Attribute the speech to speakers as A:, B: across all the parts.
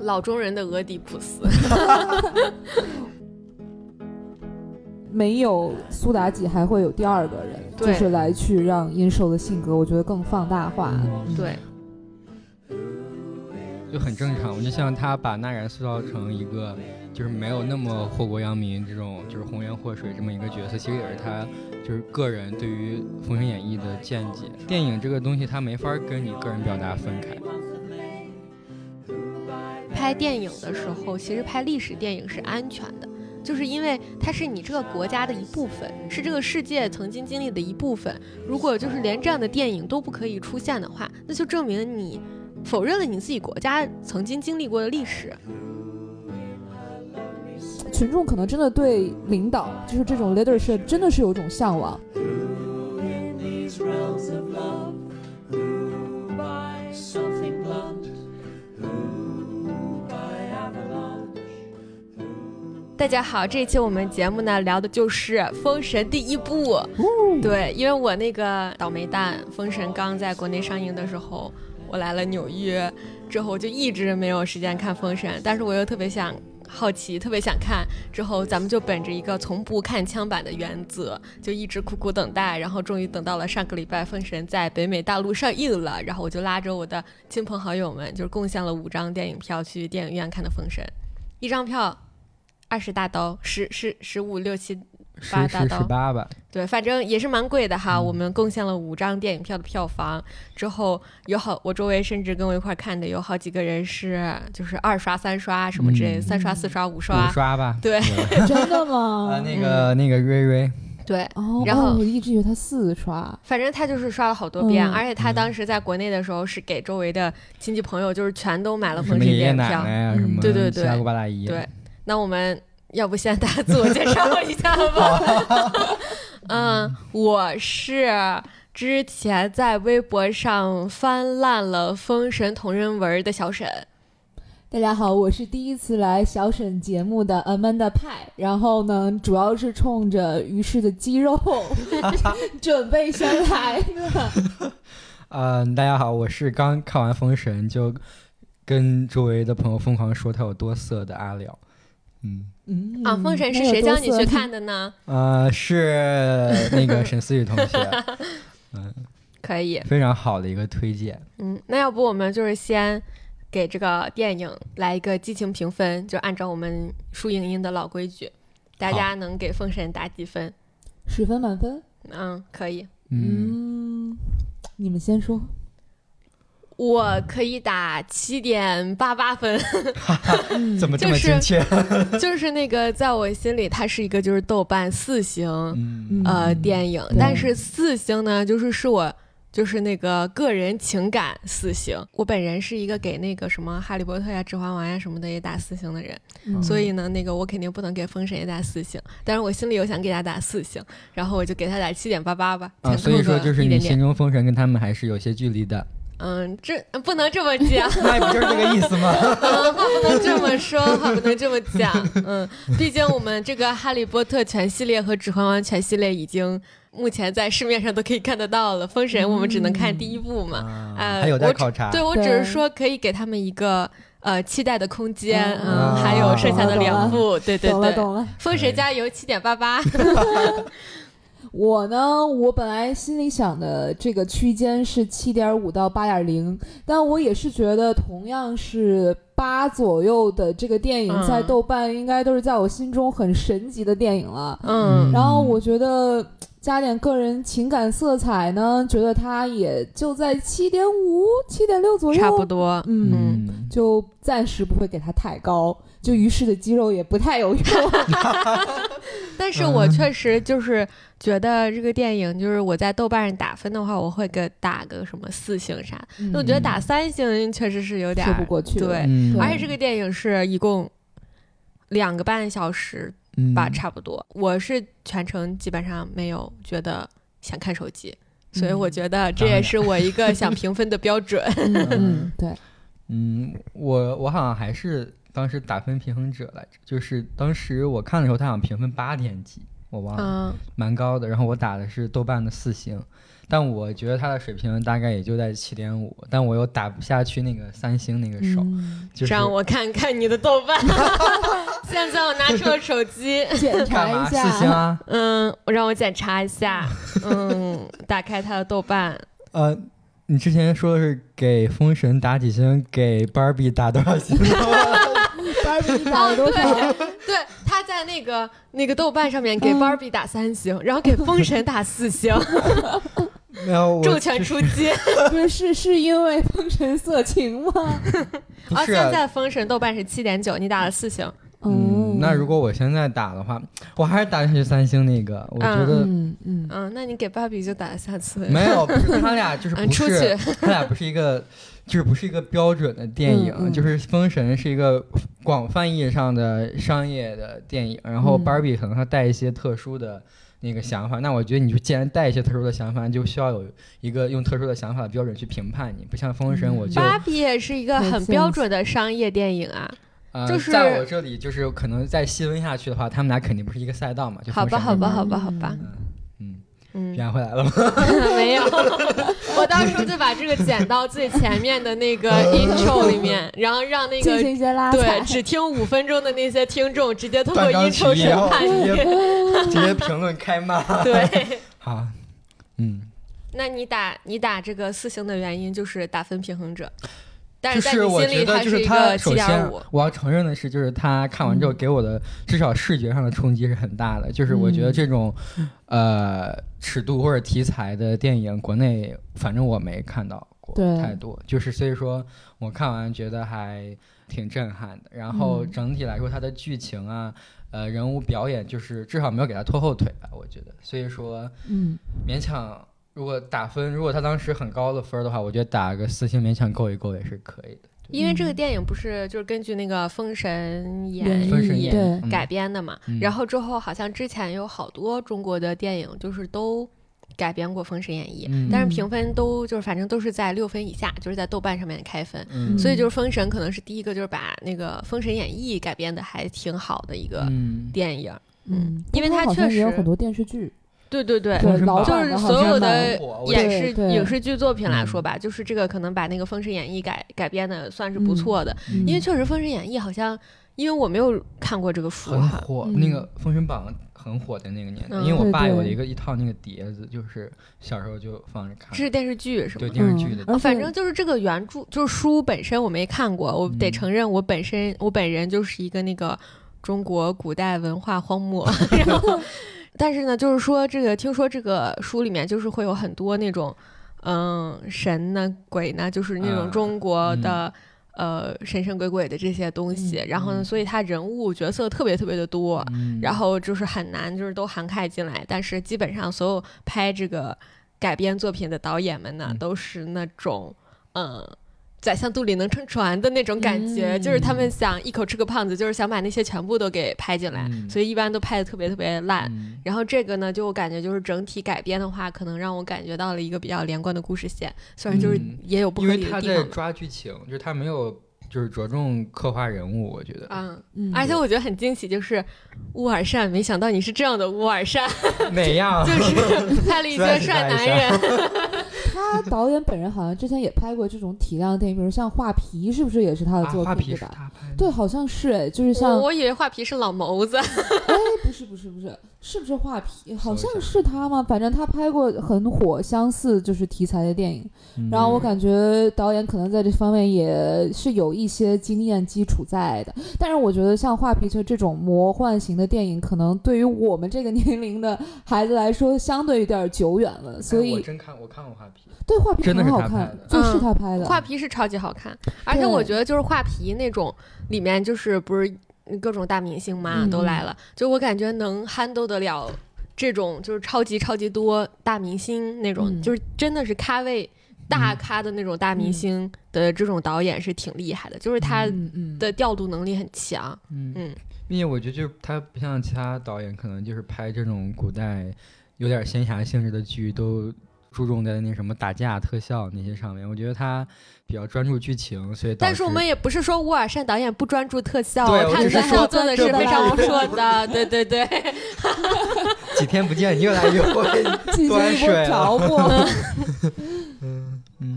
A: 老中人的俄狄浦斯。
B: 没有苏妲己，还会有第二个人，就
A: 对
B: 是来去让殷寿的性格，我觉得更放大化。
C: 嗯
A: 对，
C: 就很正常。我就像他把纳然塑造成一个就是没有那么祸国殃民这种就是红颜祸水这么一个角色，其实也是他就是个人对于《封神演义》的见解。电影这个东西，它没法跟你个人表达分开。
A: 拍电影的时候，其实拍历史电影是安全的，就是因为它是你这个国家的一部分，是这个世界曾经经历的一部分。如果就是连这样的电影都不可以出现的话，那就证明你否认了你自己国家曾经经历过的历史。
B: 群众可能真的对领导，就是这种 leadership，真的是有一种向往。
D: these realms of love who by something blunt who by avalanche
A: 大家好，这一期我们节目呢聊的就是《封神》第一部。对，因为我那个倒霉蛋《封神》刚在国内上映的时候，我来了纽约之后就一直没有时间看《封神》，但是我又特别想。好奇，特别想看，之后咱们就本着一个从不看枪版的原则，就一直苦苦等待，然后终于等到了上个礼拜《封神》在北美大陆上映了，然后我就拉着我的亲朋好友们，就是共享了五张电影票去电影院看的《封神》，一张票二十大刀，十十十五六七，
C: 十
A: 八大
C: 十
A: 刀
C: 十八吧，
A: 对，反正也是蛮贵的哈。
C: 嗯
A: 我们贡献了五张电影票的票房之后，有好我周围甚至跟我一块儿看的有好几个人是就是二刷、三刷什么之类的，
C: 嗯
A: 三刷、四刷、五刷
C: 五。刷吧。
A: 对
B: 真的
C: 呃，
B: 吗？
C: 那个那个瑞瑞，
A: 对，
B: 哦，
A: 然后
B: 哦我一直以为他四刷。
A: 反正他就是刷了好多遍，
B: 嗯
A: 而且他当时在国内的时候是给周围的亲戚朋友就是全都买了《
C: 什
A: 封
C: 么
A: 神》
C: 爷爷
A: 电影
C: 奶
A: 票。
C: 奶啊，
B: 嗯
C: 什么
A: 对对对
C: 七大姑八大姨，
A: 对，那我们要不先大 家自我介绍一下吧。 嗯，我是之前在微博上翻烂了《封神》同人文的小沈。
B: 大家好，我是第一次来小沈节目的 Amanda 派，然后呢，主要是冲着于适的肌肉 准备先来的。
C: 呃，大家好，我是刚看完《封神》就跟周围的朋友疯狂说他有多色的阿廖，嗯，
B: 嗯
A: 啊，《封神》是谁教你去？看的呢？
C: 呃，是那个沈思雨同学，
A: 可以，
C: 非常好的一个推荐。
A: 嗯，那要不我们就是先。给这个电影来一个激情评分，就按照我们输影音的老规矩，大家能给《封神》打几分？
B: 十分满分。
A: 嗯，可以，
C: 嗯，
B: 嗯，你们先说。
A: 我可以打七点八八分。
B: 嗯
C: 怎么这
A: 就
C: 么
A: 是
C: 精确？
A: 就是那个，在我心里，它是一个就是豆瓣四星、
C: 嗯
A: 呃
B: 嗯
A: 电影，
B: 对
A: 但是四星呢，就是是我就是那个个人情感四星。我本人是一个给那个什么《哈利波特》呀、《指环王》呀什么的也打四星的人，
B: 嗯
A: 所以呢，那个我肯定不能给《封神》也打四星，但是我心里又想给他打四星，然后我就给他打七点八八吧，
C: 啊，
A: 填
C: 所以
A: 空
C: 说
A: 个
C: 就是
A: 一
C: 你
A: 点
C: 心
A: 点。
C: 中封神跟他们还是有些距 离的，
A: 嗯，这不能这么讲。
C: 那不就是这个意思吗？
A: 嗯 话不能这么说，话不能这么讲。嗯，毕竟我们这个《哈利波特》全系列和《指环王》全系列已经目前在市面上都可以看得到了，《封神》我们只能看第一部嘛。
C: 啊
A: 呃
C: 还有
A: 我
C: 待
A: 只
C: 考察。
A: 对，我只
B: 对
A: 是说可以给他们一个呃期待的空间，嗯，
C: 嗯
A: 还有剩下的
B: 懂了
A: 两部，对对
B: 懂了
A: 对，《
B: 懂了。
A: 封神》加油，七点八八。
B: 我呢，我本来心里想的这个区间是七点五到八点零，但我也是觉得同样是八左右的这个电影，
A: 嗯
B: 在豆瓣应该都是在我心中很神级的电影了。
A: 嗯，
B: 然后我觉得加点个人情感色彩呢，觉得它也就在七点五、七点六左 右，
A: 差不。多。
B: 嗯，
A: 嗯
C: 嗯，
B: 就暂时不会给它太高，就于是的肌肉也不太有用。
A: 但是我确实就是觉得这个电影，就是我在豆瓣上打分的话，我会给打个什么四星啥的
B: 嗯
A: 我觉得打三星确实是有点
B: 说
A: 儿
B: 不过去。
A: 对
C: 嗯
A: 而且这个电影是一共两个半小时吧，
B: 嗯
A: 差不多。我是全程基本上没有觉得想看手机，所以我觉得这也是我一个想评分的标准。
B: 嗯嗯，对，
C: 嗯，我我好像还是当时打分平衡者来着，就是当时我看的时候，他好像评分八点几，我忘了，
A: 嗯，
C: 蛮高的。然后我打的是豆瓣的四星，但我觉得他的水平大概也就在七点五，但我又打不下去那个三星那个手，
B: 嗯
C: 就是
A: 让我看看你的豆瓣。 现在我拿出了手机，
B: 检
C: 干
B: 查
C: 嘛
B: 一
C: 四星
B: 下，
C: 啊？
A: 嗯，让我检查一下，嗯，打开他的豆瓣，
C: 呃，你之前说的是给封神打几星，给芭比打多少星？
B: 芭 比打了多少？
A: 哦 对，他在那个那个豆瓣上面给
C: 嗯
A: 芭比打三星，然后给封神打四星，
C: 没有，我
A: 重拳出击。
B: 不是是是因为风神色情吗？
C: 不
A: 啊，
C: 是
A: 现在封神豆瓣是七点九，你打了四星，
B: 哦
C: 嗯，那如果我现在打的话，我还是打下去三星那个，我觉得。
B: 嗯嗯，
A: 嗯，那你给芭比就打了三次。
C: 没有，不是他俩就是
A: 嗯
C: 不
A: 出
C: 是，他俩不是一个，就是不是一个标准的电影，
B: 嗯嗯
C: 就是《封神》是一个广泛意义上的商业的电影，然后
B: 嗯
C: 《芭比》可能它带一些特殊的那个想法。那我觉得你就既然带一些特殊的想法，就需要有一个用特殊的想法的标准去评判你，不像《封神》，
B: 嗯
C: 我就、
A: 芭比也是一个很标准的商业电影啊，
C: 呃，
A: 就是
C: 在我这里就是可能再细分下去的话，他们俩肯定不是一个赛道嘛。就
A: 好吧，
C: 封神
A: 好吧，
C: 跟
A: 好吧，好吧，
C: 嗯，
A: 嗯，
C: 圆回来了吗？
A: 没有，我到时候就把这个剪到最前面的那个
C: 嗯
A: intro 里面，然后让那
B: 进
A: 个
B: 行一些拉
A: 对
B: 踩，
A: 只听五分钟的那些听众直接通过
C: 断章
A: intro
C: 取义，哦
A: 审
C: 然后
A: 判
C: 直
A: 你。
C: 接直接评论开骂。
A: 对，
C: 好，啊嗯，
A: 那你打你打这个四星的原因就是打分平衡者，但
C: 就是
A: 在你
C: 我
A: 心
C: 觉
A: 里
C: 得，
A: 还
C: 就是
A: 一
C: 他
A: 个
C: 首
A: 七
C: 先
A: 点五。
C: 我要承认的是，就是他看完之后
A: 嗯
C: 给我的至少视觉上的冲击是很大的。就是我觉
A: 嗯
C: 得这种呃尺度或者题材的电影，国内反正我没看到过
B: 对
C: 太多。就是所以说我看完觉得还挺震撼的。然后
B: 嗯
C: 整体来说，它的剧情啊。呃，人物表演就是至少没有给他拖后腿吧，我觉得。所以说，
B: 嗯
C: 勉强，如果打分，如果他当时很高的分儿的话，我觉得打个四星勉强够一够也是可以的。
A: 因为这个电影不是就是根据那个《封神演
B: 演
A: 义
C: 分神
B: 义
C: 演
B: 对
C: 绎嗯
A: 改编的嘛，
C: 嗯
A: 然后之后好像之前有好多中国的电影就是都改编过《封神演义》
C: 嗯
A: 但是评分都就是反正都是在六分以下，就是在豆瓣上面开分。
C: 嗯
A: 所以就是《封神》可能是第一个，就是把那个《封神演义》改编的还挺好的一个
C: 嗯，
A: 电影。
B: 嗯，
A: 因为它
B: 它好像
A: 确
B: 也有
A: 实
B: 很多电视剧，
A: 对对对，
B: 对，
C: 嗯
B: 老
C: 就
A: 就是
B: 版的好
A: 所有
B: 像
A: 的
B: 蛮
C: 火我嗯
A: 影
B: 对
A: 视
B: 对
A: 影视剧作品来说吧，就是这个可能把那个《封神演义改》改编的算是不错的，
C: 嗯
A: 因为确实《封神演义》好像，因为我没有看过这个书
C: 很
A: 哈，
C: 火，
B: 嗯
C: 那个《封神榜》很火的那个年代，
A: 嗯
C: 因为我爸
B: 对对
C: 有一个一套那个碟子，就是小时候就放着看
A: 这，是电视剧是吗
C: 对？ 电视
B: 嗯
C: 剧的。
B: 而且
A: 反正就是这个原著，就是书本身我没看过，我得
C: 嗯
A: 承认我本身我本人就是一个那个中国古代文化荒漠。 然后，但是呢，就是说这个听说这个书里面就是会有很多那种，嗯，神呢、鬼呢，就是那种
C: 啊
A: 中国的、呃神神鬼鬼的这些东西。然后呢，
C: 嗯
A: 所以他人物角色特别特别的多。
C: 嗯
A: 然后就是很难，就是都涵盖进来。但是基本上所有拍这个改编作品的导演们呢，
C: 嗯
A: 都是那种嗯。宰相肚里能撑船的那种感觉，
B: 嗯
A: 就是他们想一口吃个胖子，就是想把那些全部都给拍进来，
C: 嗯
A: 所以一般都拍的特别特别烂。
C: 嗯
A: 然后这个呢，就我感觉就是整体改编的话，可能让我感觉到了一个比较连贯的故事线，虽然就是
C: 嗯
A: 也有不
C: 因
A: 合
C: 为
A: 理
C: 他
A: 的地
C: 在
A: 方吧。
C: 抓剧情，就是他没有就是着重刻画人物，我觉得
A: 嗯，
B: 嗯，
A: 而且我觉得很惊喜，就是乌尔善，没想到你是这样的乌尔善。
C: 哪样？ 啊
A: 就是拍了一些帅男人，
B: 他导演本人好像之前也拍过这种体量的电影，比如像《画皮》，是不是也是他的
C: 啊
B: 作
C: 画皮
B: 品，对
C: 是
B: 吧？
C: 他拍的，
B: 对，好像是哎，就是像
A: 我我以为画皮是老谋子，
B: 哎，不是不是不是，是不是画皮？好
C: 搜
B: 像
C: 一下
B: 是他吗？反正他拍过很火相似就是题材的电影，
C: 嗯
B: 然后我感觉导演可能在这方面也是有一些经验基础在的，但是我觉得像《画皮球》这种魔幻型的电影，可能对于我们这个年龄的孩子来说，相对有点久远了。所
C: 哎我
B: 以，
C: 真看我看过画皮，
B: 对《画皮球
C: 真》的
B: 很
C: 是
B: 好
C: 他拍
B: 看
C: 的，
B: 这是
A: 嗯
B: 他拍的。
A: 画皮是超级好看，而且我觉得就是画皮那种里面就是不是各种大明星嘛
B: 嗯
A: 都来了，就我感觉能 handle 得了这种就是超级超级多大明星那种，
B: 嗯
A: 就是真的是咖位大咖的那种大明星的这种导演是挺厉害的，就是他
B: 嗯嗯，
A: 的调度能力很强，
C: 嗯
A: 嗯，
C: 并且我觉得就是他不像其他导演，可能就是拍这种古代有点仙侠性质的剧都注重在那什么打架特效那些上面。我觉得他比较专注剧情，所以导
A: 但是我
C: 致
A: 们也不是说乌尔善导演不专注特效
C: 对
A: 哦，
C: 我
A: 他
C: 只是
A: 特效
B: 说
A: 做的是非常不错的，对对对。
C: 几天不见你又来约会，
B: 其
C: 端
B: 实一波
C: 水
B: 着过，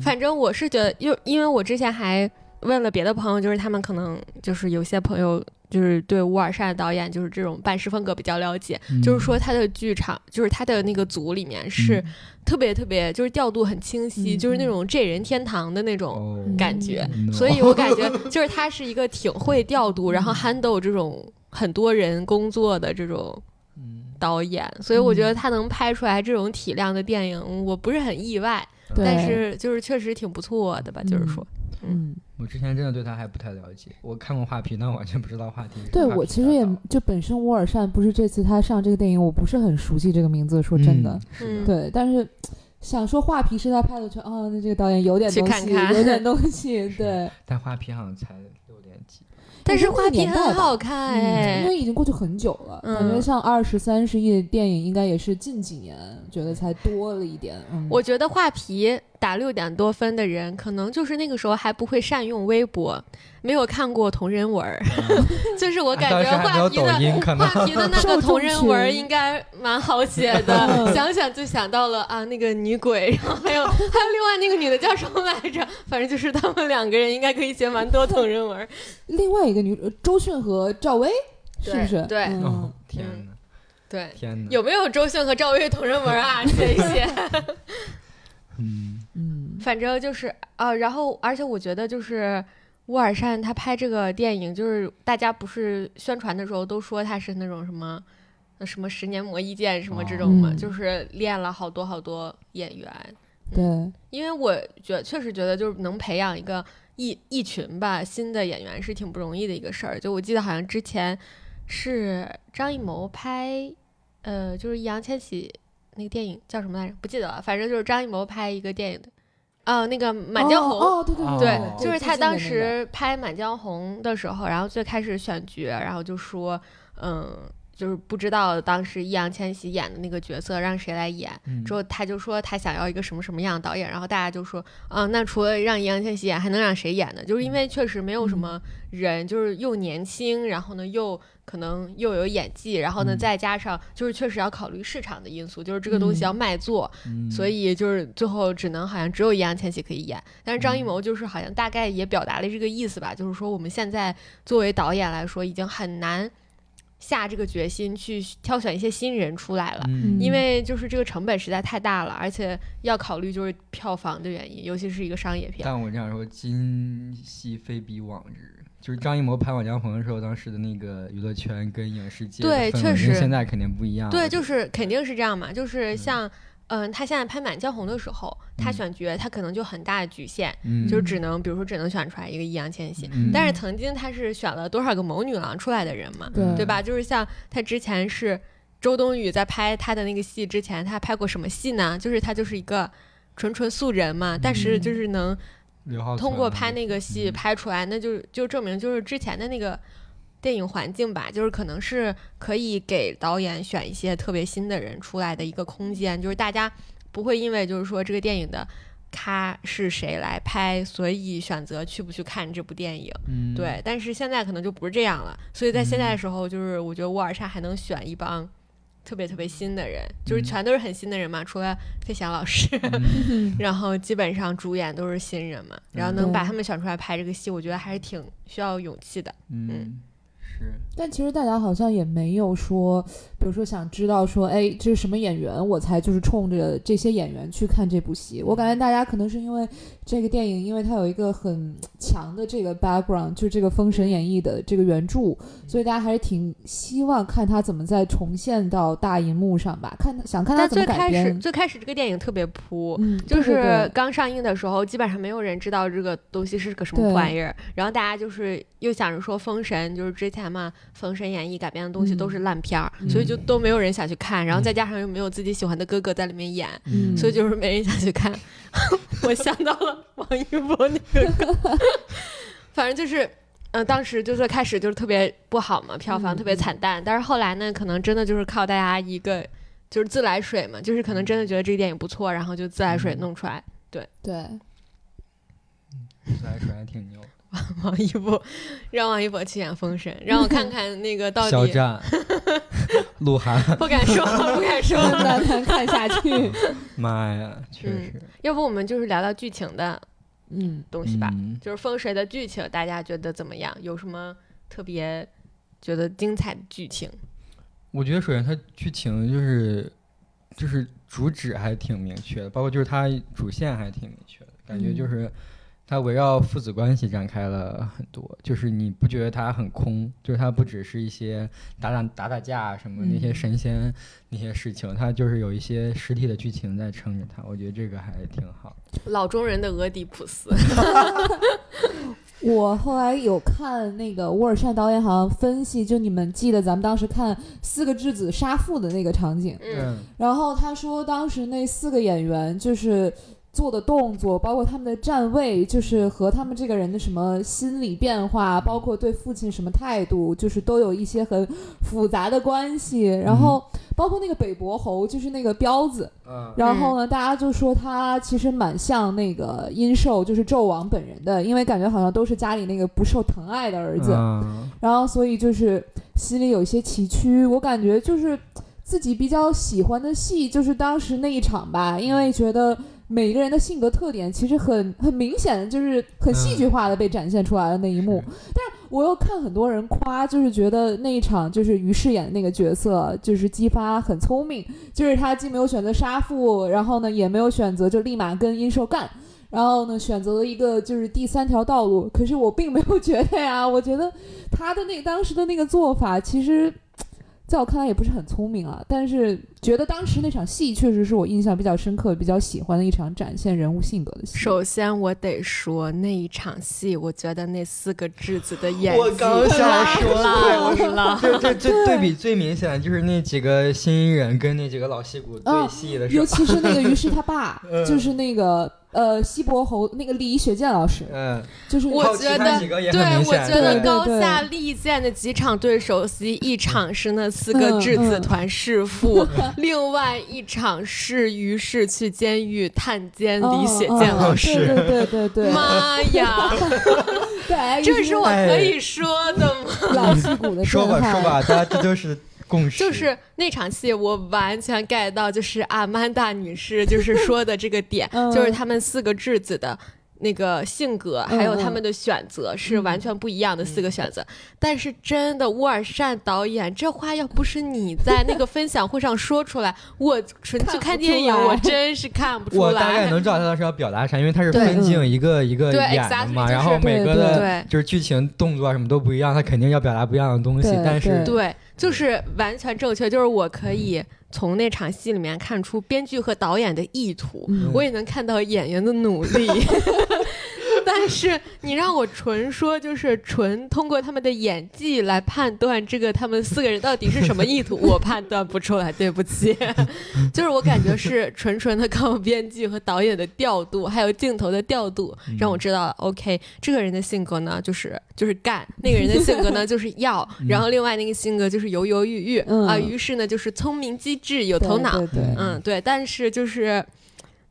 A: 反正我是觉得，又因为我之前还问了别的朋友，就是他们可能就是有些朋友就是对乌尔善导演就是这种办事风格比较了解， 就是
B: 嗯
A: 说他的剧场，就是他的那个组里面是特别特别，就是调度很清晰，
B: 嗯
A: 就是那种这人天堂的那种
C: 哦，
A: 感觉。
C: no
A: 所以我感 觉就是他是一个挺会调度，
B: 嗯
A: 然后 handle 这种很多人工作的这种
C: 嗯
A: 导演，所以我
B: 嗯
A: 觉得他能拍出来这种体量的电影，我不是很意外。
B: 对
A: 但是就是确实挺不错的吧，就是说，
B: 嗯，
C: 我之前真的对他还不太了解，我看过画皮，但我完全不知道画皮。
B: 对
C: 画皮
B: 我其实也
C: 大道
B: 就本身乌尔善不是这次他上这个电影，我不是很熟悉这个名字，说真的，
C: 嗯是
A: 嗯
C: 的，
B: 对，但是想说画皮是他拍的，就哦，那这个导演有点
A: 去
B: 东西，
A: 看看
B: 有点东西，
C: 是
B: 对，
C: 但画皮好像才六点几，
A: 但是画
B: 那个
A: 皮
B: 年代吧
A: 很好看
B: 嗯，因
A: 哎，
B: 为已经过去很久了，
A: 嗯
B: 感觉像二十三十亿的电影，应该也是近几年觉得才多了一点。嗯，
A: 我觉得画皮打六点多分的人，可能就是那个时候还不会善用微博，没有看过同人文儿， 就是 我感
C: 啊
A: 觉
C: 当时还没
A: 画
C: 有
A: 皮
C: 抖
A: 的。
C: 音，可能
A: 画皮的那个同人文儿
B: 受众群
A: 应该蛮 好写的，想想就想到了啊，那个女鬼，然后还有还有另外那个女的叫什么来着？反正就是他们两个人应该可以写蛮多同人文儿。
B: 另外一个女呃周迅和赵薇，是不是？
A: 对
B: 嗯
C: 哦天哪，
A: 对，
C: 天哪，
A: 有没有周迅和赵薇同人文儿啊？写一写。
C: 嗯，
B: 嗯，
A: 反正就是啊、然后而且我觉得就是乌尔善他拍这个电影，就是大家不是宣传的时候都说他是那种什么。呃什么十年磨一剑什么这种嘛，
B: 嗯
A: 就是练了好多好多演员，
B: 对，
A: 因为我觉确实觉得就是能培养一个一一群吧新的演员是挺不容易的一个事儿。就我记得好像之前是张艺谋拍，呃，就是易烊千玺那个电影叫什么来着？不记得了，反正就是张艺谋拍一个电影的，啊、那个《满江红》
B: 哦，哦对
C: 哦
A: 对
B: 对，，
A: 就是他当
B: 最近的那个
A: 时拍《满江红》的时候，然后最开始选角，然后就说，嗯，就是不知道当时易烊千玺演的那个角色让谁来演。
C: 嗯
A: 之后他就说他想要一个什么什么样的导演，然后大家就说，啊，那除了让易烊千玺演，还能让谁演呢？就是因为确实没
C: 嗯
A: 有什么人，就是又年轻，然后呢又可能又有演技，然后呢
C: 嗯
A: 再加上就是确实要考虑市场的因素，就是这个东西
B: 嗯
A: 要卖座，
C: 嗯
A: 所以就是最后只能好像只有易烊千玺可以演，但是张
C: 嗯
A: 艺谋就是好像大概也表达了这个意思吧，就是说我们现在作为导演来说，已经很难下这个决心去挑选一些新人出来了。
C: 嗯
A: 因为就是这个成本实在太大了，而且要考虑就是票房的原因，尤其是一个商
B: 嗯
A: 业片。
C: 但我这样说，今夕非比往日。就是张艺谋拍《满江红》的时候，当时的那个娱乐圈跟影视界的
A: 对
C: 氛围
A: 确实
C: 跟现在肯定不一样了。
A: 对，就是肯定是这样嘛，就是像，嗯、他现在拍《满江红》的时候，他
C: 嗯
A: 选角他可能就很大的局限，
C: 嗯，
A: 就是只能比如说只能选出来一个易烊千玺，
C: 嗯
A: 但是曾经他是选了多少个谋女郎出来的人
C: 嗯
A: 嘛，
B: 对
A: 对吧？就是像他之前是周冬雨在拍他的那个戏之前，他拍过什么戏呢？就是他就是一个纯纯素人嘛，但是就是能
C: 刘浩存
A: 通过拍
C: 啊
A: 那个戏
C: 嗯
A: 拍出来，那就就证明就是之前的那个。电影环境吧，就是可能是可以给导演选一些特别新的人出来的一个空间，就是大家不会因为就是说这个电影的咖是谁来拍，所以选择去不去看这部电影。
C: 嗯
A: 对，但是现在可能就不是这样了，所以在现在的时候，就是我觉得沃尔善还能选一帮特别特别新的人，就是
C: 嗯
A: 全都是很新的人嘛，除了费翔老师，
C: 嗯
A: 然后基本上主演都是新人嘛，然后
C: 嗯
A: 能把
B: 对
A: 他们选出来拍这个戏，我觉得还是挺需要勇气的。
C: 嗯是
B: 但其实大家好像也没有说，比如说想知道说，哎，这是什么演员，我才就是冲着这些演员去看这部戏。我感觉大家可能是因为这个电影，因为它有一个很强的这个 background，就是这个《封神演义》的这个原著，
A: 嗯
B: 所以大家还是挺希望看它怎么再重现到大荧幕上吧，看想看它
A: 但
B: 怎么
A: 最
B: 改
A: 开始
B: 编。
A: 最开始这个电影特别扑，
B: 嗯，
A: 就
B: 对对
A: 是
B: 对
A: 刚上映的时候，基本上没有人知道这个东西是个什么
B: 对
A: 玩意儿。然后大家就是又想着说《封神》，就是之前嘛，《封神演义》改编的东西
B: 嗯
A: 都是烂片儿，所以就都没有人想去看。然后再加上又没有自己喜欢的哥哥在里面演，
B: 嗯
A: 所以就是没人想去看。 我想到了王一博那个梗， 反正就是，嗯、当时就最开始就是特别不好嘛，票房
B: 嗯
A: 特别惨淡。但是后来呢，可能真的就是靠大家一个就是自来水嘛，就是可
B: 嗯
A: 能真的觉得这一点也不错，然后就自来水弄出来。
B: 对，
C: 自来水还挺牛。
B: 嗯
A: 王一博， 让王一博去演封 神，让我看看那个到
C: 肖
A: 底。
C: 战、鹿晗，
A: 不敢说，不敢 说。
B: 难难看下 去。
C: 妈呀，确
A: 嗯
C: 实。
A: 要不我们就是聊聊剧情的
B: 嗯，
A: 东西吧，
C: 嗯
A: 就是封神的剧情，大家觉得怎么样？有什么特别觉得精彩的剧情？
C: 我觉得首先它剧情就是就是主旨还挺明确的，包括就是它主线还挺明确的，感觉
B: 嗯
C: 就是它围绕父子关系展开了很多，就是你不觉得它很空，就是它不只是一些打打打打架啊什么那些
B: 嗯
C: 神仙那些事情，它就是有一些实体的剧情在撑着它，我觉得这个还挺好。
A: 老中人的俄狄浦斯，
B: 我后来有看那个沃尔善导演好像分析，就你们记得咱们当时看《四个质子杀父》的那个场景，
A: 嗯，
B: 然后他说当时那四个演员就是。做的动作，包括他们的站位，就是和他们这个人的什么心理变化，包括对父亲什么态度，就是都有一些很复杂的关系。然后，包括那个北伯侯，就是那个彪子，
C: 嗯
B: 然后呢，大家就说他其实蛮像那个殷寿，就是纣王本人的，因为感觉好像都是家里那个不受疼爱的儿子，
C: 嗯
B: 然后所以就是心里有一些崎岖。我感觉就是自己比较喜欢的戏就是当时那一场吧，因为觉得每个人的性格特点其实很很明显，就是很戏剧化的被展现出来的那一幕。我又看很多人夸，就是觉得那一场就是于适演的那个角色，就是姬发很聪明，就是他既没有选择杀父，然后呢也没有选择就立马跟殷寿干，然后呢选择了一个就是第三条道路。可是我并没有觉得呀，我觉得他的那当时的那个做法，其实在我看来也不是很聪明啊。但是觉得当时那场戏确实是我印象比较深刻、比较喜欢的一场展现人物性格的 戏。
A: 首先我得说那一场戏，我觉得那四个质子的演技
C: 我刚想说对
A: 烂
C: 我
A: 了。
C: 这 这这对比最明显的就是那几个新人跟那几个老戏骨对
B: 嗯
C: 戏的时
B: 尤
C: 候，
B: 其是那个于是他爸
C: 嗯，
B: 就是那个呃西伯侯那个李雪健老师，
C: 嗯，
B: 就 是呃
A: 我
C: 靠
A: 觉
C: 其他
A: 得
C: 几个也
A: 对
C: 很明，
A: 我
C: 显
A: 觉得
B: 对
A: 高
B: 对对
A: 下立见的几场对手戏，一场是那四个质子团弑父， 另外一场是于是去监狱探监
B: 嗯
A: 李雪
B: 嗯
A: 健
B: 嗯
A: 老
B: 对
A: 师。
B: 对对对对，
A: 妈 呀，
B: 对，
A: 这是我
C: 哎
A: 可以说的吗？
B: 老戏骨 的
C: 说吧
B: 震撼，
C: 说，吧，大家这就是共识，
A: 就是那场戏，我完全 get 到，就是阿曼达女士就是说的这个点
B: 嗯
A: 就是他们四个质子的。那个性格还有
B: 嗯嗯
A: 他们的选择是完全不一样的四个选择，但是真的沃尔善导演这话要不是你在那个分享会上说出来，我纯去看电影
B: 看不出 来
A: 我真是看不出
C: 我
A: 来。
C: 大概能知道他当时要表达啥，因为他是
A: 对
C: 分镜一个一个
A: 对
C: 演的嘛，
A: exactly，
C: 然后每个
B: 就是
C: 的
A: 对
C: 就是剧情动作啊什么都不一样，他肯定要表达不一样的东西
B: 对，
C: 但是
B: 对
A: 对，就是完全正确，就是我可以从那场戏里面看出编剧和导演的意图，
B: 嗯
A: 我也能看到演员的努力。 但是你让我纯说，就是纯通过他们的演技来判断这个他们四个人到底是什么意图，我判断不出来，对不起。 就是我感觉是纯纯的靠编剧和导演的调度，还有镜头的调度，让
C: 嗯
A: 我知道、OK 这个人的性格呢，就是就是干；那个人的性格呢，就是 要；然后另外那个性格就是犹犹豫豫、
B: 嗯
A: 啊，于是呢就是聪明机智有头脑，
B: 对对对
A: 嗯，对。但是就是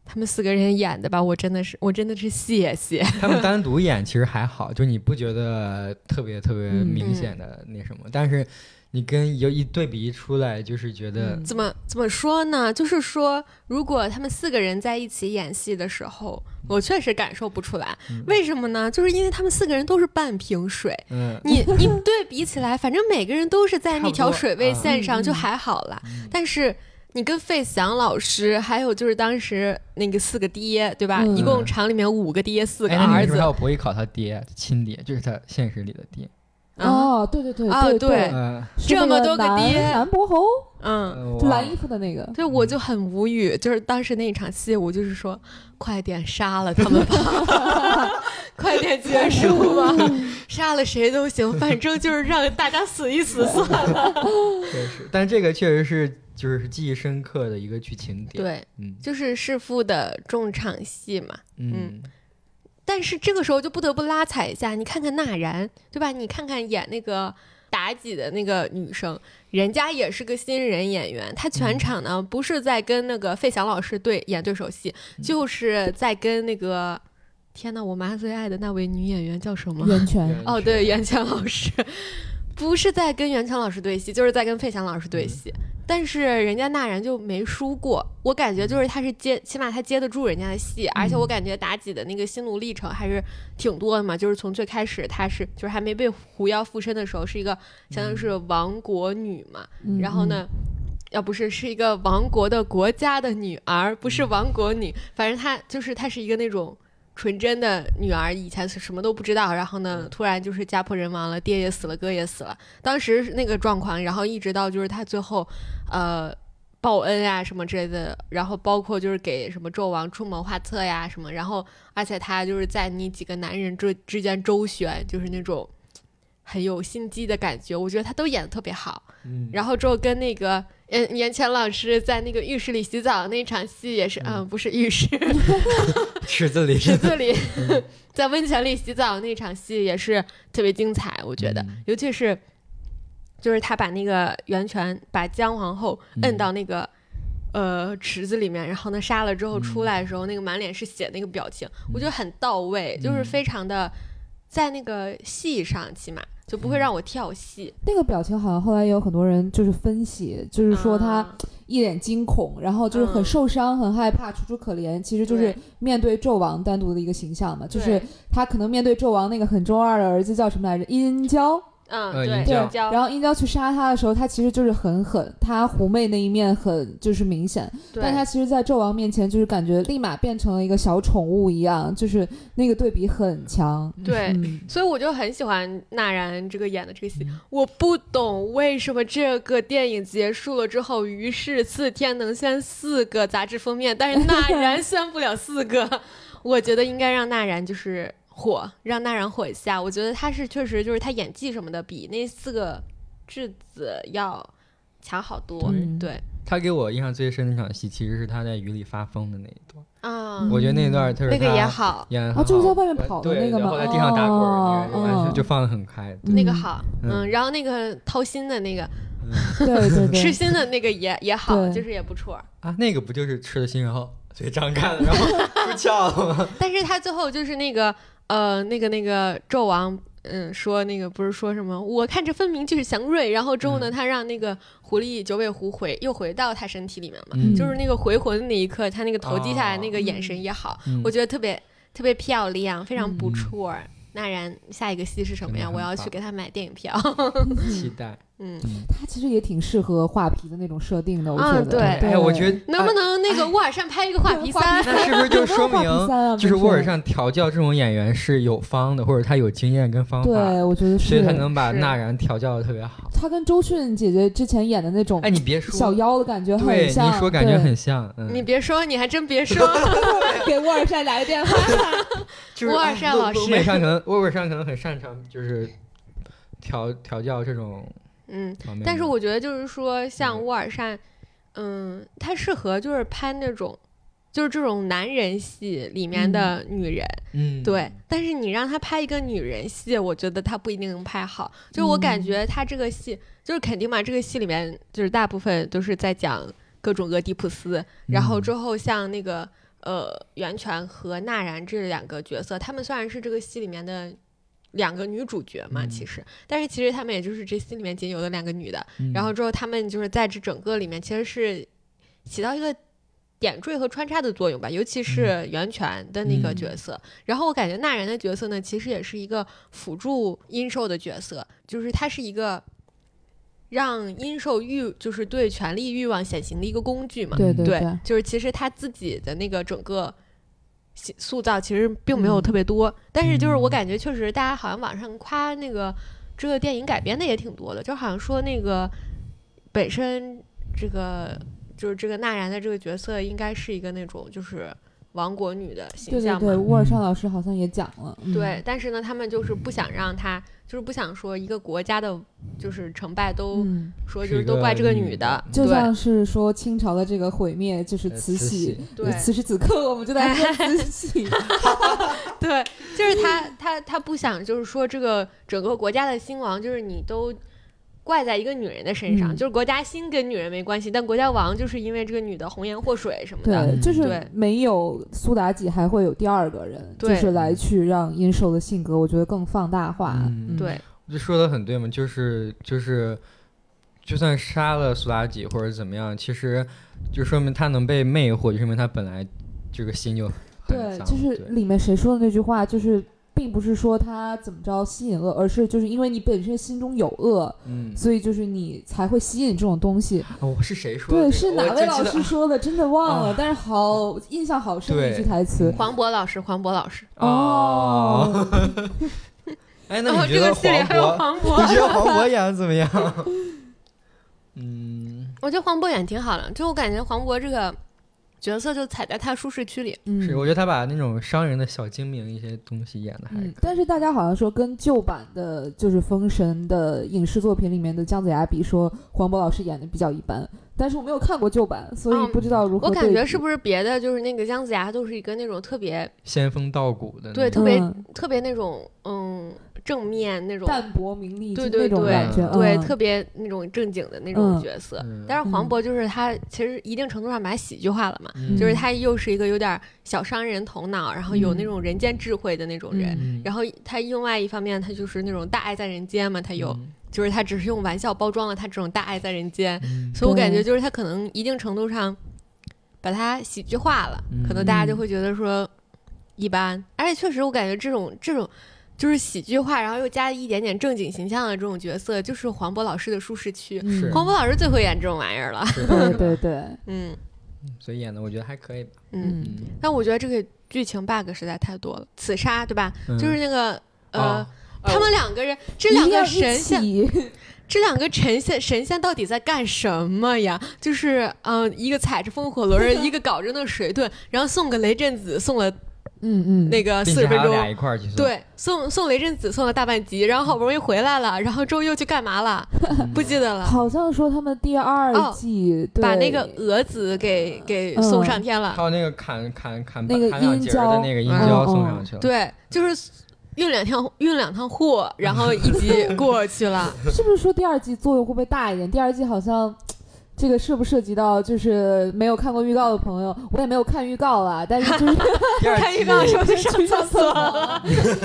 A: 他们四个人演的吧，我真的是我真的是谢谢。
C: 他们单独演其实还好，就你不觉得特别特别明显的那什么，但是你跟有一对比一出来，就是觉得
B: 嗯
A: 怎么怎么说呢？就是说，如果他们四个人在一起演戏的时候，我确实感受不出来。为什么呢？就是因为他们四个人都是半瓶水。
C: 嗯
A: 你你对比起来，反正每个人都是在那
C: 差不
A: 条
C: 多
A: 水位线
B: 嗯
A: 上，
B: 嗯
A: 就还好啦。
C: 嗯
A: 但是你跟费翔老师，还有就是当时那个四个爹，对吧？
B: 嗯
A: 一共厂里面五个爹，四个
C: 哎，那
A: 儿
C: 你是不
A: 子
C: 是还。有博弈考他爹亲爹，就是他现实里的爹，
A: 啊，
B: 哦，对对对
A: 啊
B: 对
A: 对
C: 嗯，
B: 是那
A: 这么多个
B: 男
A: 爹
B: 男伯侯，
A: 嗯，
C: 呃
B: 就
C: 哇
B: 蓝衣服的那个，
A: 对，我就很无语。就是当时那一场戏，我就是说，快点杀了他们吧， 快点结束吧， 杀了谁都行，反正就是让大家死一死算了。
C: 确实，但这个确实是就是记忆深刻的一个剧情点。，
A: 对，
C: 嗯
A: 就是弑父的重场戏嘛。
C: 嗯，
A: 但是这个时候就不得不拉踩一下，你看看纳然，对吧？你看看演那个妲己的那个女生，人家也是个新人演员，她全场呢不是在跟那个费翔老师对演对手戏，就是在跟那个，天呐，我妈最爱的那位女演员叫什么？
B: 源
C: 嗯
B: 泉，
A: 哦，对，袁泉老师， 不是在跟袁泉老师对戏，就是在跟费翔老师对戏。但是人家纳然就没输过，我感觉就是他是接，起码他接得住人家的戏，而且我感觉妲己的那个心路历程还是挺多的嘛，就是从最开始她是就是还没被狐妖附身的时候，是一个相当于是亡国女嘛，
B: 嗯
A: 然后呢，要不是是一个亡国的国家的女儿，不是亡国女，
B: 嗯
A: 反正她就是她是一个那种纯真的女儿，以前是什么都不知道，然后
B: 嗯
A: 呢，突然就是家破人亡了，爹也死了，哥也死了，当时是那个状况，然后一直到就是她最后，呃。报恩啊什么之类的，然后包括就是给什么纣王出谋划策呀什么，然后而且她就是在你几个男人之之间周旋，就是那种很有心机的感觉，我觉得她都演的特别好。
C: 嗯
A: 然后之后跟那个嗯袁泉老师在那个浴室里洗澡那场戏也是，嗯，不是浴 室，
C: 池子里
A: 池子里， 在温泉里洗澡那场戏也是特别精彩，我觉得，
C: 嗯
A: 尤其是就是他把那个袁泉把姜皇后
C: 嗯
A: 摁到那个。呃，池子里面，然后呢，杀了之后
C: 嗯
A: 出来的时候，那个满脸是血那个表情，我觉得很到位，就是
C: 嗯
A: 非常的在那个戏上，起码就
C: 嗯
A: 不会让我跳戏。
B: 那个表情好像后来也有很多人就是分析，就是说他
A: 啊
B: 一脸惊恐，然后就是很
A: 嗯
B: 受伤、很害怕、楚楚可怜，其实就是
A: 对
B: 面对纣王单独的一个形象嘛，就是
A: 对
B: 他可能面对纣王那个很中二的儿子叫什么来着，殷郊，
A: 嗯，
C: 呃
A: 对，
C: 银角
A: 胶
B: 然后殷郊去杀他的时候，他其实就是很狠，他狐媚那一面很就是明显，
A: 对
B: 但他其实，在纣王面前就是感觉立马变成了一个小宠物一样，就是那个对比很强，
A: 对，
B: 嗯，
A: 所以我就很喜欢纳然这个演的这个戏。我不懂为什么这个电影结束了之后，于是次天能宣四个杂志封面，但是 纳然宣不了四个。我觉得应该让纳然就是火，让纳然火一下。我觉得他是确实就是他演技什么的比那四个质子要强好多。
B: 嗯
A: 对
C: 他给我印象最深的那场戏，其实是他在雨里发疯的那一段，
A: 啊，
C: 我觉得那段特是
A: 那个
C: 他
A: 也好，
C: 演的
B: 啊，就是在外面跑的那个
C: 呃然
B: 嘛，
C: 后在地上打滚儿，
B: 哦
C: 那个完
B: 哦
C: 全就放得很开。
B: 嗯
A: 那个好，
C: 嗯
A: 嗯，然后那个掏心的那个
B: 对对
A: 吃
B: 对，
A: 心的那个也也好，
B: 对
A: 就是也不错。
C: 啊，那个不就是吃了心然后嘴张开了，然后出鞘了 吗？
A: 但是他最后就是那个呃，那个那个纣王，嗯，说那个不是说什么，我看着分明就是祥瑞。然后之后呢，
C: 嗯
A: 他让那个狐狸九尾狐回又回到他身体里面嘛，
B: 嗯
A: 就是那个回魂那一刻，他那个头低下来
C: 哦
A: 那个眼神也好，
C: 嗯
A: 我觉得特别特别漂亮，非常不
C: 嗯
A: 错。那然，下一个戏是什么呀？
C: 真的很
A: 我要去
C: 棒
A: 给他买电影票。
C: 期待。
A: 嗯，
B: 他其实也挺适合画皮的那种设定的，我觉
A: 嗯
B: 得。
A: 对哎
C: 哎，我觉得
A: 能不
C: 哎
A: 能那个沃尔善拍一个画皮
B: 画
A: 三？
C: 那是不是就说
B: 画皮
C: 明
B: 三啊
C: 就是
B: 不
C: 沃尔善调教这种演员是有方的，或者他有经验跟方法，
B: 对，我觉得嗯
C: 所
B: 是
C: 以他。能把
A: 是
C: 纳然调教的特别好。
B: 他跟周迅姐姐之前演的那种
C: 哎，你别
B: 小
C: 说，
B: 妖的感觉
C: 对，
B: 很
C: 你
B: 像，
C: 一说感觉
B: 对
C: 很像。嗯
A: 你别说，你还真别说，
B: 给沃尔善打个电话，
C: 就是
A: 沃尔善
C: 哎
A: 老
C: 沃
A: 师
C: 沃尔善可 能沃尔善可能很擅长就是调调教这种
A: 嗯，
C: 方面的。
A: 但是我觉得就是说，像
C: 嗯
A: 沃尔善，嗯，他适合就是拍那种，就是这种男人戏里面的女人，
C: 嗯
A: 对。但是你让他拍一个女人戏，我觉得他不一定能拍好。就是我感
B: 嗯
A: 觉他这个戏，就是肯定嘛，这个戏里面就是大部分都是在讲各种俄狄浦斯，然后
C: 嗯
A: 之后像那个呃袁泉和纳然这两个角色，他们虽然是这个戏里面的两个女主角嘛，
C: 嗯
A: 其实，但是其实他们也就是这戏里面仅有的两个女的。
C: 嗯
A: 然后之后他们就是在这整个里面其实是起到一个点缀和穿插的作用吧，尤其是袁泉的那个角色。然后我感觉纳然的角色呢，其实也是一个辅助殷寿的角色，就是他是一个。让殷寿欲就是对权力欲望显形的一个工具嘛，
B: 对
C: 对
B: 对，
A: 就是其实他自己的那个整个形塑造其实并
B: 嗯
A: 没有特别多，但是
C: 嗯
A: 就是我感觉确实大家好像网上夸那个这个电影改编的也挺多的，就好像说那个本身这个就是这个纳然的这个角色应该是一个那种就是亡国女的形
B: 对对
A: 象
B: 对，
A: 嘛。
B: 沃尔善老师好像也讲了，嗯
A: 对，但是呢，他们就是不想让她，就是不想说一个国家的，就是成败都
B: 嗯，
A: 说，
C: 是
A: 就是
C: 一
A: 都
C: 个
A: 怪这个
C: 女
A: 女
C: 的
A: 的
C: 嗯，
B: 就
A: 对
B: 像是说清朝的这个毁灭就是
C: 呃
B: 慈禧，
A: 对
B: 此时此刻我们就在说慈 禧，
A: 对，就是他，他他不想，就是说这个整个国家的兴亡，就是你都怪在一个女人的身上，
B: 嗯
A: 就是国家兴跟女人没关系，但国家亡就是因为这个女的红颜祸水什么的。
B: 对，
C: 嗯
B: 就是
A: 对
B: 没有苏妲己，还会有第二个人，就
A: 对
B: 是来去让殷寿的性格，我觉得更放大化。
C: 嗯
B: 嗯
A: 对，
C: 这说的很对嘛，就是就是，就算杀了苏妲己或者怎么样，其实就说明他能被魅惑，就说明他本来这个心就很
B: 对，
C: 脏嗯
B: 就是里面谁说的那句话，就是并不是说他怎么着吸引恶，而是就是因为你本身心中有恶，
C: 嗯，
B: 所以就是你才会吸引这种东西。
C: 哦，是谁说的
B: 对，
C: 这个
B: 是哪位
C: 我就记
B: 老
C: 得
B: 师说的？真的忘了，
C: 啊
B: 但是好印象好深的一句
C: 对
B: 台词。
A: 黄渤老师，黄渤老师，
C: 哦，
B: 哦，
C: 哎，
A: 然后哦
C: 那你
A: 这
C: 觉
A: 个
C: 得
A: 戏
C: 黄
A: 里还有
C: 渤？
A: 黄
C: 你觉
A: 渤，
C: 得黄渤演的怎么样？ 嗯，
A: 我觉得黄渤演挺好的，就我感觉黄渤这个角色就踩在他舒适区里。
B: 嗯，
C: 是，我觉得他把那种商人的小精明一些东西演的还
B: 嗯，
C: 可以。
B: 但是大家好像说跟旧版的，就是《封神》的影视作品里面的姜子牙比说，黄渤老师演的比较一般。但是我没有看过旧版，所以
A: 嗯
B: 不知道如何
A: 我
B: 对比、
A: 感觉是不是别的就是那个姜子牙都是一个那种特别
C: 仙风道骨的那种，
A: 对特别
B: 嗯
A: 特别那种嗯正面那种，
B: 淡泊名利，
A: 对
B: 就
A: 对
B: 那种
A: 对
B: 感觉，
A: 对
B: 嗯、
A: 特别那种正经的那种
B: 嗯
A: 角色。
C: 嗯
A: 但是黄
B: 嗯
A: 渤就是他，其实一定程度上把他喜剧化了嘛，
C: 嗯
A: 就是他又是一个有点小商人头脑，然后有那
B: 嗯
A: 种人间智慧的那种人。
C: 嗯
A: 然后他另外一方面，他就是那种大爱在人间嘛，他有，
C: 嗯
A: 就是他只是用玩笑包装了他这种大爱在人间，
C: 嗯
A: 所以我感觉
B: 对
A: 就是他可能一定程度上把他喜剧化了，可能
C: 嗯
A: 大家就会觉得说一般。而且确实，我感觉这种这种就是喜剧化，然后又加一点点正经形象的这种角色，就是黄渤老师的舒适区。
B: 嗯
C: 是
A: 黄 渤老师最会演这种玩意儿了，
C: 是
B: 对
C: 吧
B: 对对，
A: 嗯
C: 所以演的我觉得还可以吧。
A: 嗯。
B: 嗯
A: 但我觉得这个剧情 bug 实在太多了，刺杀对吧？
C: 嗯
A: 就是那个呃。
C: 哦
A: 他们两个人，这
B: 一
A: 两
B: 定要
A: 个
B: 一
A: 神仙，
B: 起
A: 这两个神仙神仙到底在干什么呀？就是，嗯、一个踩着风火轮儿，一个搞着那个水遁，然后送个雷震子，送了
B: 嗯嗯，
A: 那个
C: 并
A: 四十
C: 且还
A: 分
C: 有俩
A: 钟，
C: 一块儿去做，
A: 对，送送雷震子送了大半集，然后好不容易回来了，然后周又去干嘛了？
C: 嗯
A: 不记得了，
B: 好像说他们第二
A: 哦
B: 季、对
A: 把那个蛾子给给送上天了。
C: 还有那个砍砍砍
B: 那个
C: 砍两
B: 殷
C: 截儿的
B: 郊
C: 那个殷
A: 嗯
C: 郊
B: 嗯
C: 送上去了。
A: 对，就是运两趟运两趟货，然后一 集过去了。
B: 是不是说第二季作用会不会大一点？第二季好像这个涉不涉及到，就是没有看过预告的朋友，我也没有看预告啦，但是就是
C: 第二嗯
A: 看
C: 季
A: 预告的时候就
B: 去
A: 上
B: 上
A: 厕
B: 厕所
A: 所
B: 了，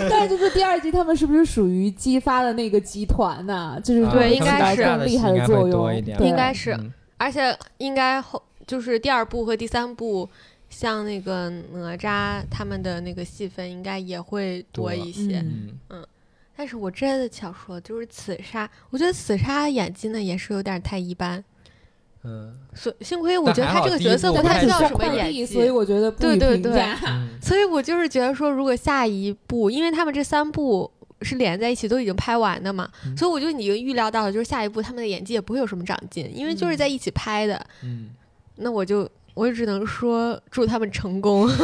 B: 但是就是第二季他们是不是属于激发了那个集团呐、就是
C: 啊
A: 对
B: 起
A: 应该
B: 到
A: 是
B: 更厉害的作用，
C: 应该会多一点
B: 对
A: 应该是，
C: 嗯
A: 而且应该后就是第二部和第三部，像那个哪吒他们的那个戏份应该也会多一些。
B: 嗯
C: 嗯
A: 但是我真的想说，就是刺杀，我觉得刺杀演技呢也是有点太一般。
C: 嗯
A: 所幸亏我觉得
C: 但还
A: 他
C: 好
A: 这个
C: 第一
A: 角色
C: 部
A: 不
B: 但他
C: 我
A: 太
C: 看
A: 知
B: 只
A: 道
C: 是
B: 是
A: 什么
B: 块
A: 演
B: 地，
A: 技，
B: 所以我觉得不
A: 对
B: 予
A: 对
B: 评价。
C: 嗯
A: 所以我就是觉得说，如果下一部，因为他们这三部是连在一起，都已经拍完的嘛，
C: 嗯
A: 所以我就已经预料到了，就是下一部他们的演技也不会有什么长进，因为就是在一起拍的。
C: 嗯，
A: 那我就我只能说祝他们成功。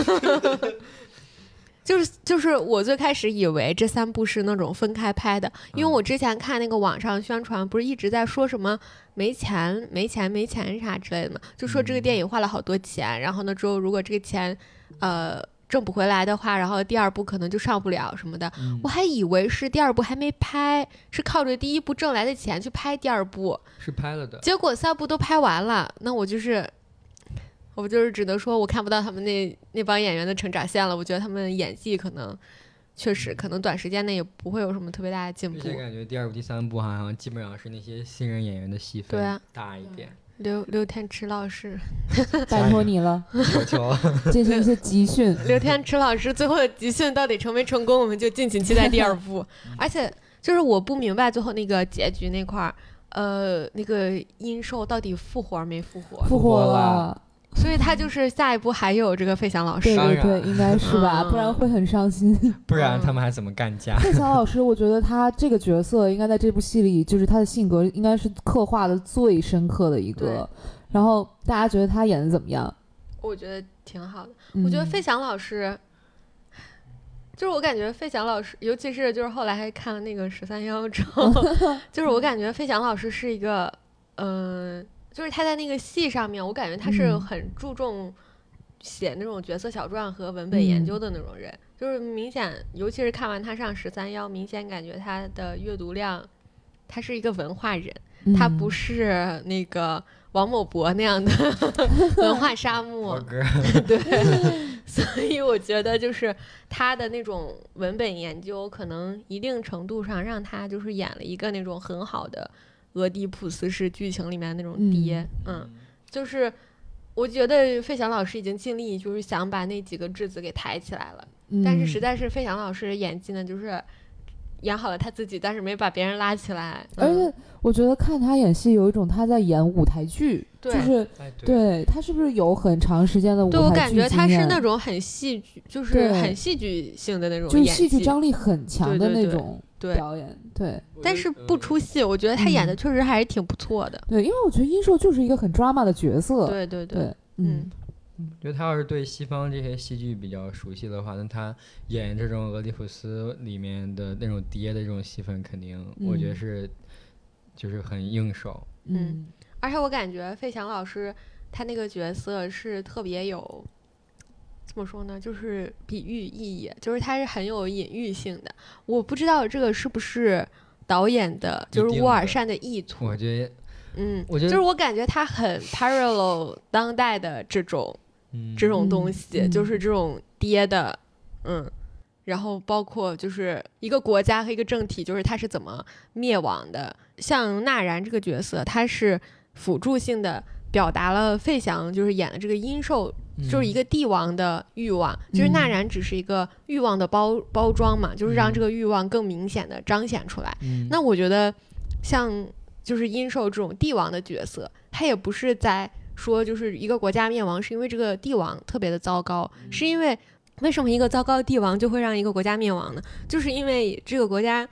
A: 就是就是我最开始以为这三部是那种分开拍的，因为我之前看那个网上宣传，不是一直在说什么没钱、没钱、没钱啥之类的嘛，就说这个电影花了好多钱，然后呢之后如果这个钱，呃挣不回来的话，然后第二部可能就上不了什么的。
C: 嗯
A: 我还以为是第二部还没拍，是靠着第一部挣来的钱去拍第二部，
C: 是拍了的。
A: 结果三部都拍完了，那我就是，我就是只能说我看不到他们那那帮演员的成长线了。我觉得他们演技可能确实可能短时间内也不会有什么特别大的进
C: 而
A: 步
C: 且。感觉第二部、第三部好像基本上是那些新人演员的戏
A: 对啊
C: 份大一点，
A: 刘刘天池老师，
B: 拜托你了，
C: 求求了。
B: 进行一些集训。
A: 刘天池老师最后的集训到底成没成功，我们就敬请期待第二 部。而且就是我不明白最后那个结局那块儿。呃，那个殷寿到底复活没 复活？
B: 复活
C: 活
B: 了
C: 了，
A: 所以他就是下一步还有这个费翔老
B: 对
A: 师。
C: 当
B: 对
C: 然
B: 对，应该 是吧，
A: 嗯
B: 不然会很 伤心。
C: 不然他们还怎么干架？
B: 费翔老师，我觉得他这个角色应该在这部戏里，就是他的性格应该是刻画的最深刻的一个
A: 对。
B: 然后大家觉得他演的怎么样？
A: 我觉得挺好的。
B: 嗯
A: 我觉得费翔老师，就是我感觉费翔老师，尤其是就是后来还看了那个十三幺之 后，就是我感觉费翔老师是一个，嗯、就是他在那个戏上面，我感觉他是
B: 嗯
A: 很注重写那种角色小传和文本研
B: 嗯
A: 究的那种人，就是明显，尤其是看完他上十三幺，明显感觉他的阅读量，他是一个文化人，
B: 嗯
A: 它不是那个王某博那样的 文化沙漠
C: 我，哥，
A: 对，所以我觉得就是他的那种文本研究，可能一定程度上让他就是演了一个那种很好的俄狄浦斯式剧情里面那种爹，嗯就是我觉得费翔老师已经尽力就是想把那几个质子给抬起来了，
B: 嗯
A: 但是实在是费翔老师演技呢，就是演好了他自己，但是没把别人拉起来，
B: 而
A: 嗯
B: 且我觉得看他演戏有一种他在演舞台剧，
A: 对
B: 就是
C: 哎对
B: 对他是不是有很长时间的舞台
A: 对
B: 剧
A: 我感觉他
B: 经
A: 是
B: 验
A: 那种很戏剧，就是
B: 对
A: 很戏剧性的那种
B: 就是
A: 演
B: 戏剧
A: 技
B: 张力很强的
A: 对对
B: 那
A: 对
B: 种
A: 对。
B: 表演，对
A: 但是不
C: 呃
A: 出戏，我觉得他
C: 嗯
A: 演的确实还是挺不错的。
B: 对，因为我觉得殷硕就是一个很 drama 的角色，
A: 对对对，
B: 对，嗯，
C: 觉得他要是对西方这些戏剧比较熟悉的话，那他演这种俄狄浦斯里面的那种爹的这种戏份，肯定我觉得
B: 嗯
C: 是就是很应手。
A: 嗯而且我感觉费翔老师他那个角色是特别有，怎么说呢，就是比喻意义，就是他是很有隐喻性的。我不知道这个是不是导演的，就
C: 一
A: 是
C: 定
A: 沃尔
C: 的
A: 善的意图
C: 我。觉得，
A: 嗯，
C: 我觉
A: 就
C: 得
A: 是我感觉他很 parallel 当代的这种
C: 嗯，
A: 这种东
B: 嗯
A: 西，就
B: 嗯
A: 是这种爹的，嗯，然后包括就是一个国家和一个政体，就是它是怎么灭亡的。像纳然这个角色，他是辅助性的表达了费翔就是演的这个殷寿，就是一
C: 个
A: 个帝王的欲望，就是纳
B: 嗯
A: 然只是一个欲望的包包装嘛，就是让这
C: 嗯
A: 个欲望更明显的彰显出来。
C: 嗯
A: 那我觉得，像就是殷寿这种帝王的角色，他也不是在说就是一个国家灭亡是因为这个帝王特别的糟糕，是因为为什么一个糟糕的帝王就会让一个国家灭亡呢？就是因为这个国家。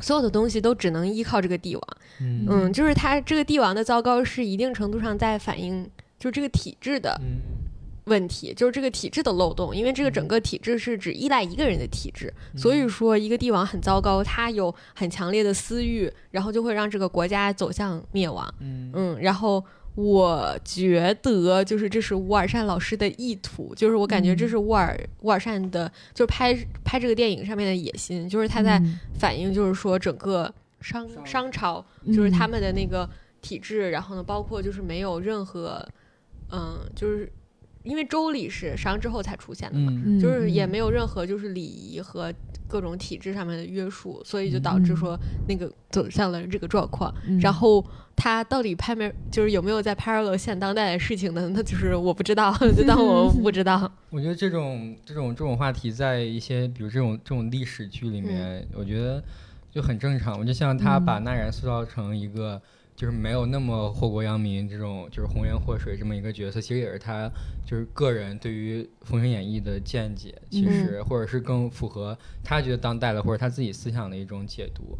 A: 所有的东西都只能依靠这个帝王，
C: 嗯
A: 嗯，就是他这个帝王的糟糕是一定程度上在反映，就是这个体制的
C: 嗯
A: 问题，就是这个体制的漏洞，因为这个整个体制是只依赖一个人的体制，
C: 嗯
A: 所以说一个帝王很糟糕，他有很强烈的私欲，然后就会让这个国家走向灭亡。
C: 嗯
A: 嗯，然后我觉得就是这是乌尔善老师的意图，就是我感觉
B: 嗯
A: 这是乌尔、乌尔善的，就是拍拍这个电影上面的野心，就是他在
B: 嗯
A: 反映就是说整个商
C: 商
A: 商朝就是他
B: 嗯
A: 们的那个体制，然后呢，包括就是没有任何，嗯，就是因为周礼是商之后才出现的嘛，
C: 嗯
A: 就是也
B: 嗯
A: 没有任何就是礼仪和各种体制上面的约束，所以就导致
B: 嗯
A: 说那个走向了这个状况。
B: 嗯
A: 然后他到底拍没就是有没有在 parallel 现当代的事情呢？那就是我不知道， 就当我不知道。
C: 我觉得这种这种这种话题，在一些比如这种这种历史剧里面，我觉得就很正常。我就像他把纳然塑造成一个。就是没有那么祸国殃民这种，就是红颜祸水这么一个角色，其实也是他就是个人对于《封神演义》的见解，其实、或者是更符合他觉得当代的或者他自己思想的一种解读。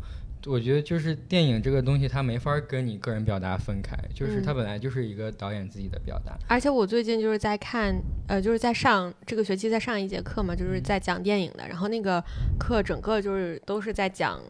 C: 我觉得就是电影这个东西，它没法跟你个人表达分开，就是它
A: 嗯
C: 本来就是一个导演自己的表达。
A: 而且我最近就是在看，呃，就是在上这个学期在上一节课嘛，就是在讲电影的，然后那个课整个就是都是在讲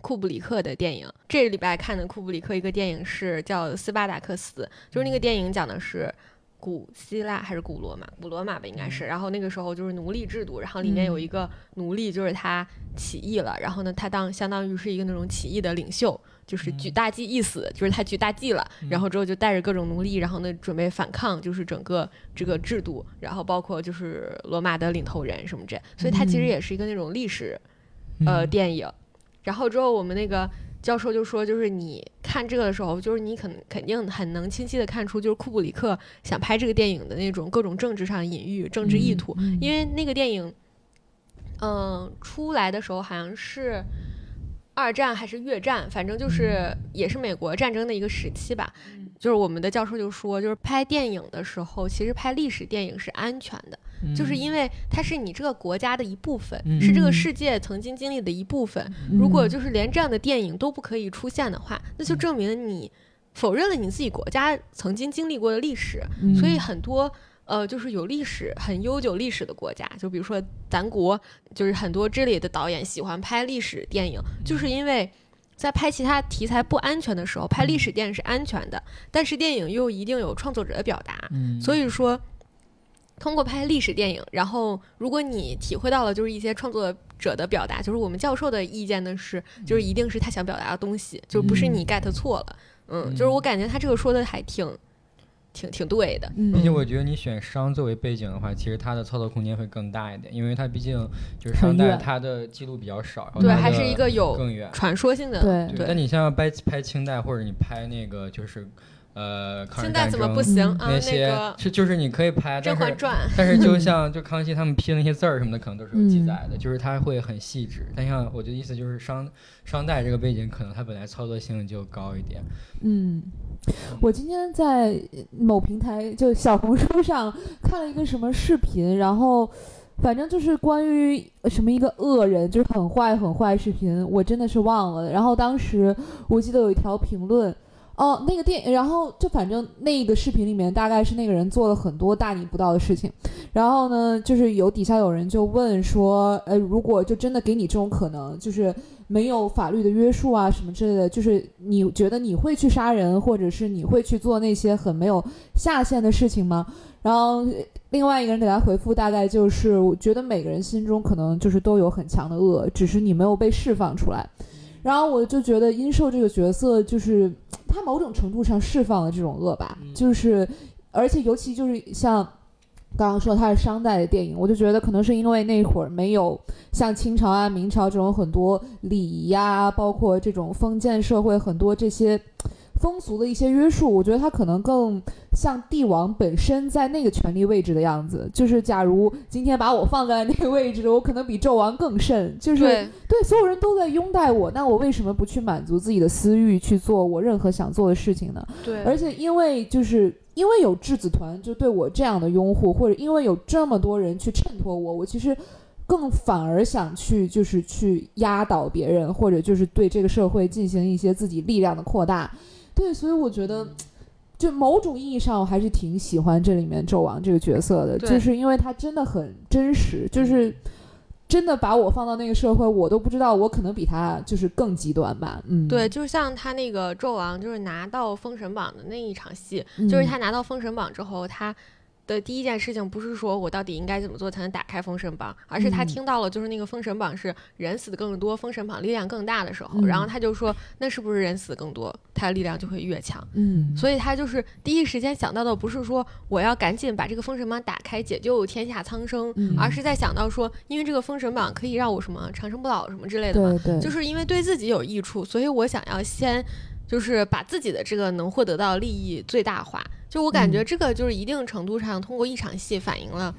A: 库布里克的电影。这个礼拜看的库布里克一个电影是叫《斯巴达克斯》，就是那个电影讲的是。古希腊还是古罗马？古罗马吧，应该是。然后那个时候就是奴隶制度，然后里面有一个奴隶，就是他起义了，然后呢，他当相当于是一个那种起义的领袖，就是举
C: 嗯
A: 大计一死，就是他举大计了，
B: 嗯
A: 然后之后就带着各种奴隶，然后呢准备反抗，就是整个这个制度，然后包括就是罗马的领头人什么这，所以它其实
B: 嗯
A: 也是一个那种历史、呃电影。然后之后我们那个教授就说，就是你看这个的时候，就是你肯肯定很能清晰的看出，就是库布里克想拍这个电影的那种各种政治上的隐喻、政治意图，
B: 嗯
A: 因为那个电影，嗯、出来的时候好像是二战还是越战，反正就是
B: 嗯
A: 也是美国战争的一个时期吧。就是我们的教授就说，就是拍电影的时候，其实拍历史电影是安全的，就是因为它是你这个国家的一部分，
C: 嗯
A: 是这个
B: 嗯
A: 世界曾经经历的一部分。
B: 嗯
A: 如果就是连这样的电影都不可以出现的话，那就证明你否认了你自己国家曾经经历过的历史。所
B: 嗯
A: 以很多呃，就是有历史很悠久历史的国家，就比如说咱国，就是很多这类的导演喜欢拍历史电影，就是因为。在拍其他题材不安全的时候，拍历史电影是安全的，但是电影又一定有创作者的表达，
C: 嗯，
A: 所以说，通过拍历史电影，然后如果你体会到了就是一些创作者的表达，就是我们教授的意见呢是，
C: 嗯
A: 就是一定是他想表达的东西，就不是你 get 错了。嗯，
C: 嗯
A: 就是我感觉他这个说的还挺挺挺对的。
B: 嗯
C: 并且我觉得你选商作为背景的话，其实它的操作空间会更大一点，因为它毕竟就是商
B: 很
C: 代
B: 远
C: 它的记录比较少，然后
A: 对，
C: 它
A: 还
C: 的
A: 是一个有
C: 哦更远。
A: 传说性的。
B: 对
C: 对，
A: 对
C: 但你像拍拍清代或者你拍那个就是呃抗日
A: 清代
C: 战
A: 怎么
C: 争
A: 不行
B: 嗯
A: 啊？
C: 那些，
A: 个《
C: 是就是你可以拍，但
A: 甄嬛
C: 是
A: 传》嗯
C: 但是就像就康熙他们批的那些字儿什么的，可能都是有记载的，就是它会很细致。但像我觉得意思就是商商代这个背景，可能它本来操作性就高一点。
B: 嗯，我今天在某平台，就小红书上看了一个什么视频，然后反正就是关于什么一个恶人，就是很坏很坏视频，我真的是忘了。然后当时我记得有一条评论。哦，那个电，然后就反正那个视频里面，大概是那个人做了很多大逆不道的事情，然后呢，就是有底下有人就问说，呃，如果就真的给你这种可能，就是没有法律的约束啊什么之类的，就是你觉得你会去杀人，或者是你会去做那些很没有下限的事情吗？然后呃另外一个人给他回复大概就是，我觉得每个人心中可能就是都有很强的恶，只是你没有被释放出来。然后我就觉得殷寿这个角色就是他某种程度上释放了这种恶吧，就是而且尤其就是像。刚刚说他是商代的电影，我就觉得可能是因为那会儿没有像清朝啊、明朝这种很多礼仪呀、包括这种封建社会很多这些风俗的一些约束，我觉得它可能更像帝王本身在那个权力位置的样子。就是假如今天把我放在那个位置，我可能比纣王更甚。就是
A: 对
B: 对，所有人都在拥戴我，那我为什么不去满足自己的私欲，去做我任何想做的事情呢？
A: 对，
B: 而且因为就是因为有质子团就对我这样的拥护，或者因为有这么多人去衬托我，我其实更反而想去就是去压倒别人，或者就是对这个社会进行一些自己力量的扩大。对，所以我觉得。就某种意义上，我还是挺喜欢这里面纣王这个角色的，
A: 对
B: 就是因为他真的很真实，就是真的把我放到那个社会，我都不知道我可能比他就是更极端吧。嗯，
A: 对，，就是像他那个纣王，就是拿到封神榜的那一场戏，
B: 嗯、
A: 就是他拿到封神榜之后，他的第一件事情不是说我到底应该怎么做才能打开封神榜，而是他
B: 嗯
A: 听到了就是那个封神榜是人死的更多，封神榜力量更大的时候，
B: 嗯
A: 然后他就说那是不是人死更多，他的力量就会越强？
B: 嗯，
A: 所以他就是第一时间想到的不是说我要赶紧把这个封神榜打开，解救天下苍生，
B: 嗯
A: 而是在想到说，因为这个封神榜可以让我什么长生不老什么之类的嘛，
B: 对对，
A: 就是因为对自己有益处，所以我想要先就是把自己的这个能获得到的利益最大化。就我感觉
B: 嗯
A: 这个就是一定程度上通过一场戏反映了，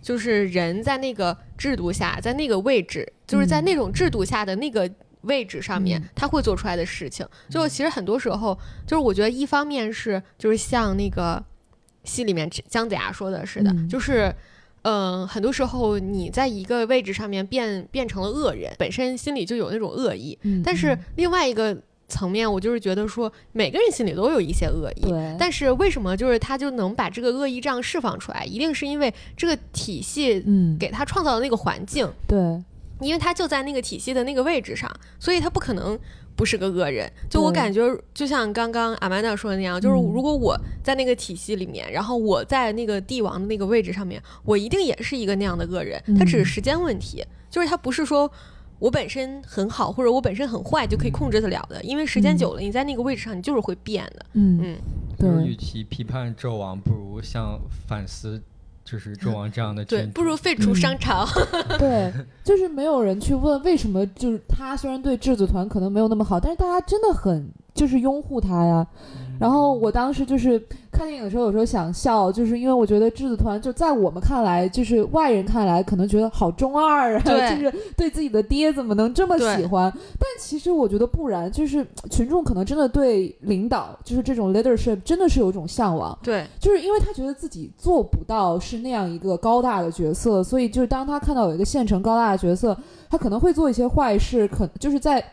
A: 就是人在那个制度下，在那个位置，就是在
B: 嗯
A: 那种制度下的那个。位置上面
B: 嗯，
A: 他会做出来的事情，就其实很多时候，就是我觉得一方面是，就是像那个戏里面姜子牙说的似的，
B: 嗯
A: 就是嗯，很多时候你在一个位置上面变变成了恶人，本身心里就有那种恶意。
B: 嗯
A: 但是
B: 嗯
A: 另外一个层面，我就是觉得说，每个人心里都有一些恶意。
B: 对，
A: 但是为什么就是他就能把这个恶意这样释放出来？一定是因为这个体系
B: 嗯，
A: 给他创造的那个环境，
B: 对，嗯
A: 因为他就在那个体系的那个位置上，所以他不可能不是个恶人。就我
B: 对
A: 感觉，就像刚刚阿曼达说的那样，就是
B: 嗯
A: 如果我在那个体系里面，然后我在那个帝王的那个位置上面，我一定也是一个那样的恶人。他只是
B: 嗯
A: 时间问题，就是他不是说。我本身很好，或者我本身很坏就可以控制得了的，因为时间
B: 嗯
A: 久了，你在那个位置上，你就是会变的。
B: 嗯
A: 嗯，
C: 就是与
B: 对，
C: 其批判纣王，不如像反思，就是纣王这样的
A: 对，
C: 君
A: 不
C: 主
A: 如废除
B: 嗯
A: 商 朝。
B: 对， 就是没有人去问为什么，就是他虽然对制作团可能没有那么好，但是大家真的很就是拥护他呀。然后我当时就是看电影的时候，有时候想笑，就是因为我觉得制作团就在我们看来，就是外人看来可能觉得好中二啊，
A: 对
B: 就是对自己的爹怎么能这么喜欢？但其实我觉得不然，就是群众可能真的对领导，就是这种 leadership 真的是有一种向往。
A: 对，
B: 就是因为他觉得自己做不到是那样一个高大的角色，所以就是当他看到有一个现成高大的角色，他可能会做一些坏事，可就是在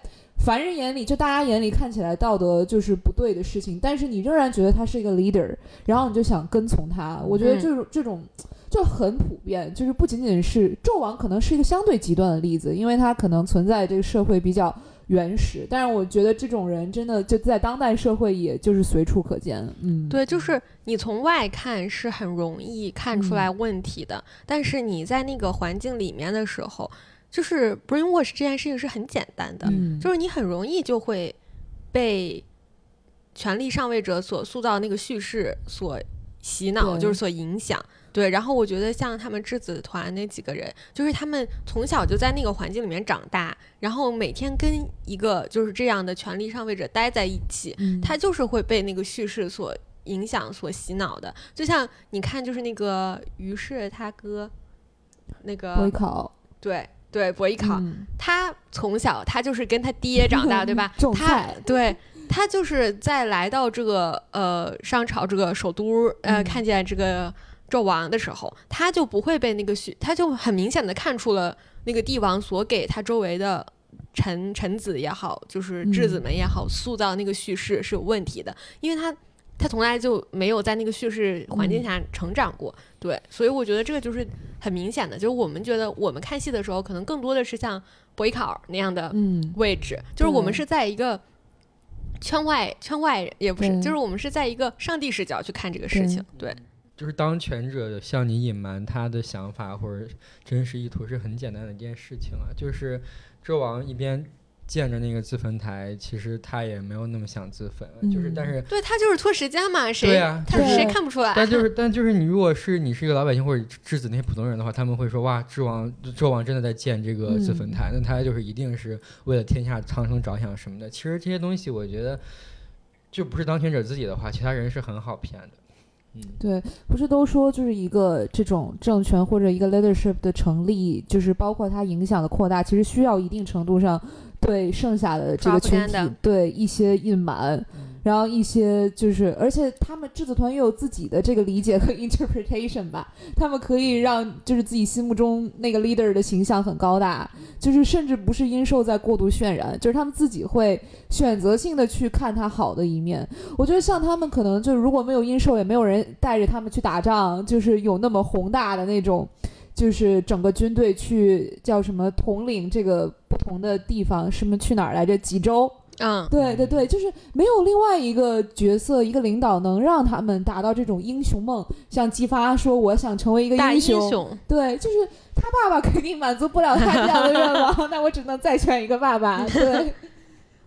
B: 凡人眼里，就大家眼里看起来道德就是不对的事情，但是你仍然觉得他是一个 leader，然后你就想跟从他。我觉得
A: 嗯
B: 这种、这种就很普遍，就是不仅仅是纣王可能是一个相对极端的例子，因为他可能存在这个社会比较。原始。但是我觉得这种人真的就在当代社会，也就是随处可见。嗯，
A: 对，就是你从外看是很容易看出来
B: 嗯
A: 问题的，但是你在那个环境里面的时候，就是 brainwash 这件事情是很简单的，
B: 嗯，
A: 就是你很容易就会被权力上位者所塑造那个叙事所洗脑，
B: 对
A: 就是所影响。对，然后我觉得像他们质子团那几个人，就是他们从小就在那个环境里面长大，然后每天跟一个就是这样的权力上位者待在一起，
B: 嗯
A: 他就是会被那个叙事所影响、所洗脑的。就像你看，就是那个于是他哥，那
B: 会
A: 个
B: 考，
A: 对对博弈考，
B: 嗯？
A: 他从小他就是跟他爹长大，对吧
B: 种
A: 他
B: 菜
A: 对他就是在来到这个呃商朝这个首都，呃、
B: 嗯
A: 看见这个纣王的时候，他就不会被那个许，他就很明显的看出了那个帝王所给他周围的。臣臣子也好，就是质子
B: 嗯
A: 们也好，塑造那个叙事是有问题的，因为他他从来就没有在那个叙事环
B: 嗯
A: 境下成长过，对，所以我觉得这个就是很明显的，就是我们觉得我们看戏的时候，可能更多的是像博弈考那样的
B: 嗯，
A: 位置，就是我们
B: 对
A: 是在一个圈外圈外也不是，
B: 对
A: 就是我们是在一个上帝视角去看这个事情，对，
C: 就是当权者向你隐瞒他的想法或者真实意图是很简单的一件事情啊。就是纣王一边建着那个自焚台，其实他也没有那么想自焚，就是
B: 嗯
C: 但是
A: 对他就是拖时间嘛，谁
C: 对啊
A: 他
B: 就是
A: 谁看不出来？
C: 但就是 但就是你如果是你是一个老百姓或者质子那些普通人的话，他们会说哇，纣王纣王真的在建这个自焚
A: 嗯
C: 台，那他就是一定是为了天下苍生着想什么的。其实这些东西我觉得，就不是当权者自己的话，其他人是很好骗的。嗯，
B: 对，不是都说就是一个这种政权或者一个 leadership 的成立，就是包括它影响的扩大，其实需要一定程度上对剩下的这个群体
A: Propaganda
B: 对一些隐瞒，然后一些就是，而且他们制作团也有自己的这个理解和 interpretation 吧， 他们可以让就是自己心目中那个 leader 的形象很高大，就是甚至不是因受在过度渲染，就是他们自己会选择性的去看他好的一面。我觉得像他们可能就如果没有殷寿，也没有人带着他们去打仗，就是有那么宏大的那种，就是整个军队去叫什么统领这个不同的地方，什么去哪儿来着？济州。
A: 嗯，
B: 对对对，就是没有另外一个角色，一个领导能让他们达到这种英雄梦，像姬发说我想成为一个
A: 大英
B: 雄，
A: 雄，
B: 对，就是他爸爸肯定满足不了他这样 的愿望，那我只能再选一个爸爸。对，